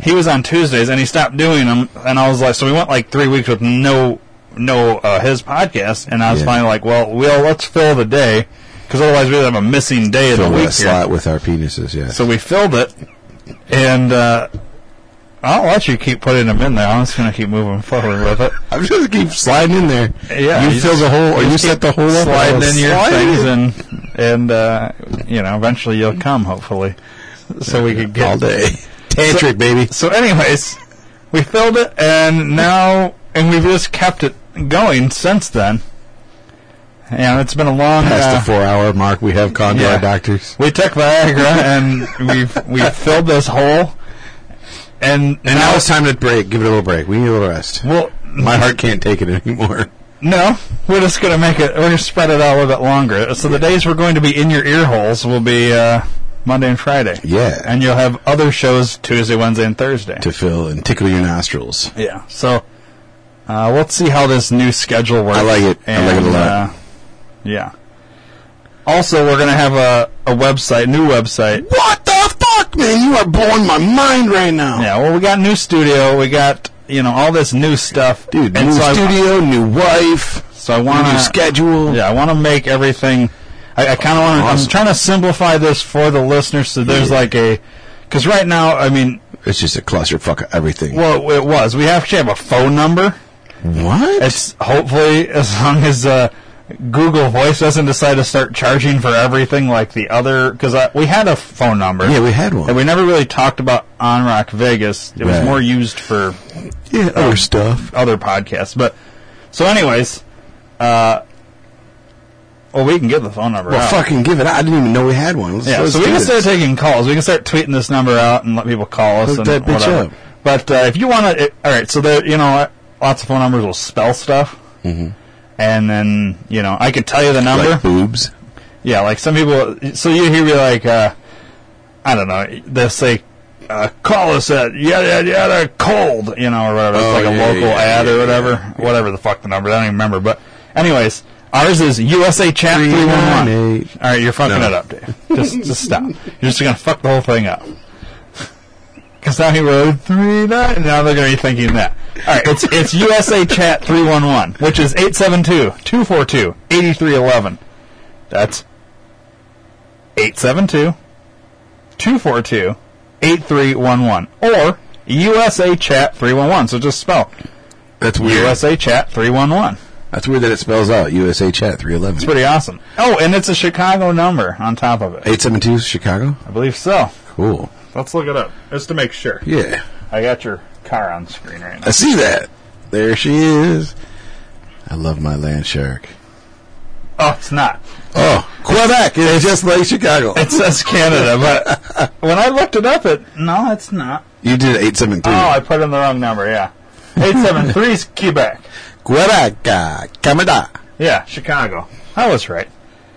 he was on Tuesdays, and he stopped doing them. And I was like, so we went like three weeks with no no uh, his podcast, and I was
Yeah.
finally like, well, we'll let's fill the day because otherwise we'd have a missing day of the
fill
week.
that
here.
slot with our penises. Yeah.
So we filled it, and uh, I'll let you keep putting them in there. I'm just gonna keep moving forward with
[laughs]
it.
I'm just gonna keep sliding in there.
Yeah,
You, fill
just-
the hole, or you
just
set
keep
the hole up.
Sliding in your
Slide
things,
it.
and and uh, you know, eventually you'll come, hopefully, so we could get
all day.
[laughs]
Tantric, baby.
So, anyways, we filled it, and now, and we've just kept it going since then. And it's been a long.
Past
Uh,
the four-hour mark, we have gone to
Yeah.
our doctors.
we took Viagra, and we've we filled this hole, and
And now it's time to break. Give it a little break. We need a little rest.
well,
My heart can't take it anymore.
no, we're just gonna make it. We're gonna spread it out a little bit longer. So the days we're going to be in your ear holes will be uh, Monday and Friday.
Yeah.
and you'll have other shows Tuesday, Wednesday, and Thursday.
To fill and tickle your nostrils.
Yeah. So uh, let's see how this new schedule works.
I like it. I like it a lot.
Uh, yeah. Also, we're gonna have a, a website, new website.
What the fuck, man? You are blowing my mind right now.
Yeah. Well, we got new studio. We got you know all this new stuff,
Dude,
And
new
so
studio, new wife,
I, so I want
new schedule.
Yeah, I want to make everything. I, I kind of want. to I'm
Awesome.
trying to simplify this for the listeners. So there's
Yeah.
like a, because right now, I mean,
It's just a clusterfuck of everything.
well, it was. We actually have a phone number.
what?
It's hopefully as long as uh, Google Voice doesn't decide to start charging for everything like the other because we had a phone number.
yeah, we had one.
And we never really talked about On Rock Vegas. It was
Right.
more used for
yeah,
Oh.
other stuff.
other podcasts. But so, anyways, uh, well, we can give the phone number.
Well,
out.
fucking give it. out. I didn't even know we had one. Let's,
Oh. Yeah,
let's
so we
do
can
this.
start taking calls. We can start tweeting this number out and let people call us
Hook
and
that bitch
whatever.
up.
But uh, if you want to, all right. So there, you know, lots of phone numbers will spell stuff,
Mm-hmm.
and then you know, I could tell you the number.
like boobs.
yeah, like some people. So you hear me like, uh, I don't know. They'll say uh, call us at yada yada yada cold, you know, or whatever. It's
Oh,
like a
yeah,
local
yeah,
ad
yeah,
or whatever, whatever the fuck the number. I don't even remember. But anyways, ours is USA Chat three one one.
398.
All right, you're fucking
No.
it up, Dave. Just just stop. You're just gonna fuck the whole thing up. [laughs] Because now he wrote three nine. Now they're gonna be thinking that. All right, it's it's USA Chat three one one, which is 872-242-8311. That's 872 242 8311 or USA Chat 311. So just spell
That's weird.
USA Chat 311.
That's weird that it spells out USA Chat
It's
311.
pretty awesome. Oh, and it's a Chicago number on top of it.
872 Chicago?
I believe so.
Cool.
Let's look it up just to make sure.
Yeah.
I got your car on screen right
I see that. There she is. I love my land shark.
Oh, it's not.
Oh, Quebec is just like Chicago.
It says Canada, but when I looked it up, it no, it's not.
You did 873.
Oh, I put in the wrong number. Yeah, eight seven three is Quebec.
Quebec, uh, Canada.
Yeah, Chicago. I was right.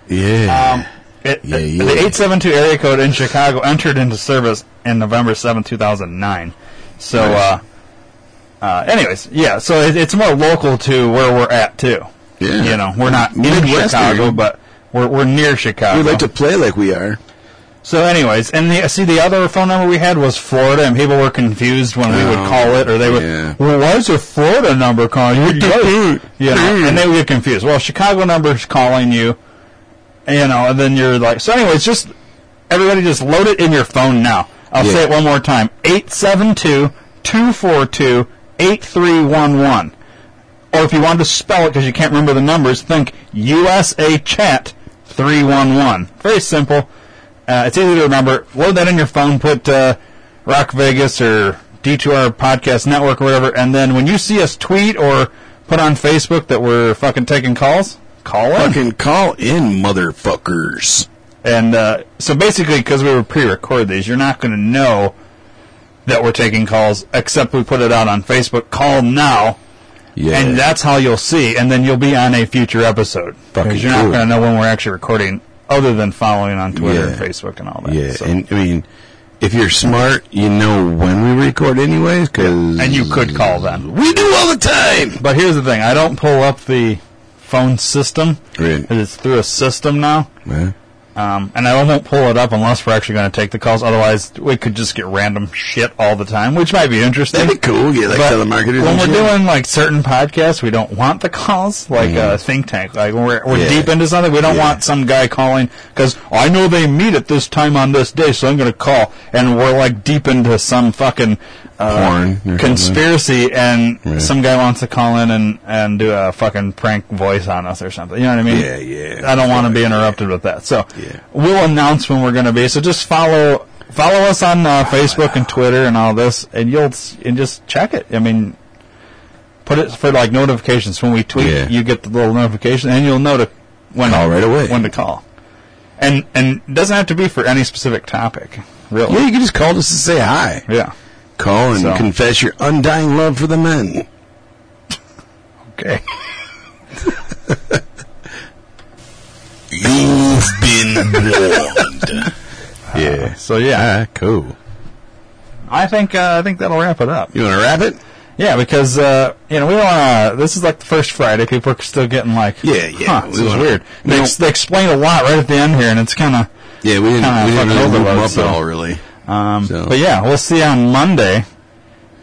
Yeah.
Um, it,
Yeah,
the-
yeah.
The 872 area code in Chicago entered into service in November seventh, two 2009. So,
Nice.
uh, uh, anyways, yeah, so it, it's more local to where we're at, too.
Yeah.
You know, we're not in
Midwestern.
Chicago, but we're, we're near Chicago.
Um, we like to play like we are.
so, anyways, and the, see, the other phone number we had was Florida, and people were confused when we would
Oh,
call it, or they would,
yeah.
well, why is there Florida number calling you? What the fuck?" you
Hmm.
know, and they would get confused. Well, Chicago number's calling you, you know, and then you're like, so, anyways, just everybody just load it in your phone now. I'll
Yeah.
say it one more time 872 242 8311. Or if you wanted to spell it because you can't remember the numbers, think USA Chat 311. Very simple. Uh, it's easy to remember. Load that in your phone, put uh, Rock Vegas or D2R Podcast Network or whatever, and then when you see us tweet or put on Facebook that we're fucking taking calls, call in.
Fucking call in, motherfuckers.
And uh, so basically, because we were pre-record these, you're not going to know that we're taking calls, except we put it out on Facebook. Call now,
Yeah.
and that's how you'll see, and then you'll be on a future episode
Fucking
because you're not
cool.
going to know when we're actually recording, other than following on Twitter
Yeah.
and Facebook and all that.
yeah.
so.
And I mean, if you're smart, you know when we record, anyways, because
and you could call then.
we do all the time.
But here's the thing: I don't pull up the phone system
Right.
'cause it's through a system now.
Yeah.
Um, and I won't pull it up unless we're actually going to take the calls. Otherwise, we could just get random shit all the time, which might be interesting.
That'd be cool. Yeah, like
But
telemarketers.
When
and
we're
shit.
doing like certain podcasts, we don't want the calls, like uh, think tank. Like when we're, we're
Mm-hmm. Yeah.
deep into something, we don't
Yeah.
want some guy calling because I know they meet at this time on this day, so I'm going to call. And we're like deep into some fucking uh,
Porn or
conspiracy, and
Yeah.
some guy wants to call in and and do a fucking prank voice on us or something. You know what I mean?
Yeah, yeah.
I don't want to be
Fuck, yeah.
interrupted with that. So
Yeah.
we'll announce when we're going to be. So just follow follow us on uh, Facebook and Twitter and all this, and you'll s- and just check it. I mean, put it for like notifications when we tweet.
Yeah.
You get the little notification, and you'll know to when
Call right away.
when to call. And and it doesn't have to be for any specific topic, really.
Yeah, you can just call us and say hi.
Yeah.
Call and
So.
confess your undying love for the men.
Okay.
You've been warned. yeah.
So yeah,
Ah, cool.
I think uh, I think that'll wrap it up.
You want to wrap it?
Yeah, because uh, you know we don't want to. This is like the first Friday. People are still getting like,
Yeah,
huh,
yeah, we
this is
wanna-
weird.
we
They,
don't-
ex- they explain a lot right at the end here, and it's kind of.
Yeah, we didn't.
Kinda
we
fucking
didn't really move
overload,
'em up
so.
at all, really.
Um,
So-
But yeah, we'll see you on Monday.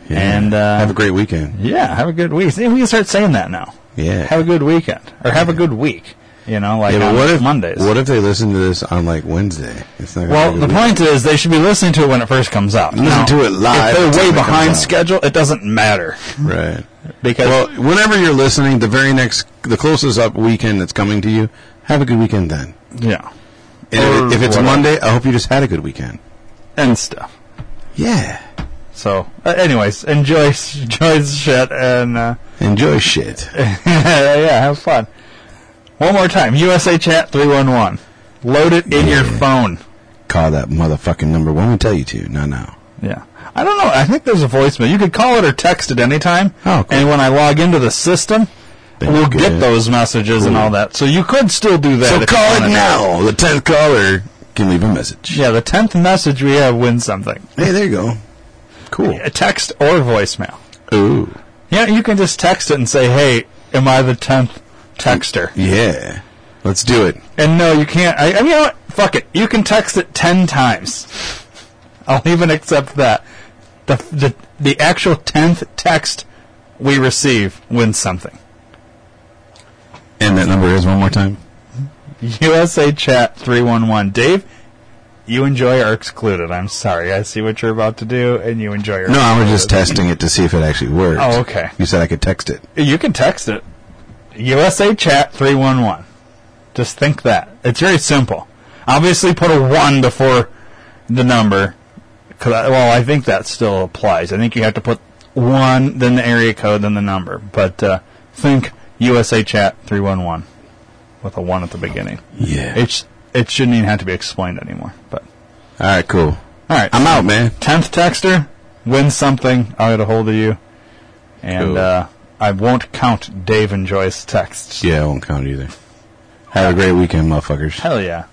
And uh,
have a great weekend.
yeah, have a good week. See, we can start saying that now.
Yeah.
Have a good weekend or have a good week. You know, like
Yeah, but
on
what if
Mondays.
What if they listen to this on like Wednesday? It's not. gonna
well,
be a
the
good
point is they should be listening to it when it first comes out.
Listen to it live
If
until
they're way
it comes
behind
out.
schedule, it doesn't matter
weekend. right?
because
Well, whenever you're listening, the very next, the closest up weekend that's coming to you, have a good weekend then.
yeah,
And
Or
if, if it's
whatever.
Monday, I hope you just had a good weekend.
and stuff.
Yeah,
So, uh, anyways, enjoy [laughs] enjoy the shit and uh,
enjoy shit.
[laughs] yeah, have fun. One more time, USA Chat three one one. Load it in your
Yeah.
phone.
Call that motherfucking number when we tell you to. No, no.
Yeah. I don't know. I think there's a voicemail. You could call it or text at any time.
Oh, cool.
And when I log into the system,
Then
we'll
you get
get
it.
those messages and
Cool.
all that. So you could still do that.
So
if you
call it
wanted to.
now. The tenth caller can leave a message.
Yeah, the tenth message we have wins something.
Hey, there you go. Cool.
A text or voicemail.
Ooh.
Yeah, you can just text it and say, "Hey, am I the tenth texter?"
Yeah. Let's do it.
And no, you can't. I, I mean, you know what? Fuck it. You can text it ten times. [laughs] I'll even accept that. The the the actual tenth text we receive wins something.
And that number is one more time.
USA Chat three one one. Dave, you and Joy are excluded. I'm sorry. I see what you're about to do, and you enjoy your.
No, I was just testing it to see if it actually worked.
Oh, okay.
You said I could text it.
You can text it. USA Chat 311. Just think that. It's very simple. Obviously, put a 1 before the number. 'cause I, well, I think that still applies. I think you have to put 1, then the area code, then the number. But uh, think USA Chat 311 with a 1 at the beginning.
Yeah.
It, sh- it shouldn't even have to be explained anymore. But
All right, cool.
All right.
I'm out, man.
10th texter, win something. I'll get a hold of you. And
Cool.
uh, I won't count Dave and Joy's texts.
Yeah, I won't count either. Have a great weekend, motherfuckers.
Hell yeah.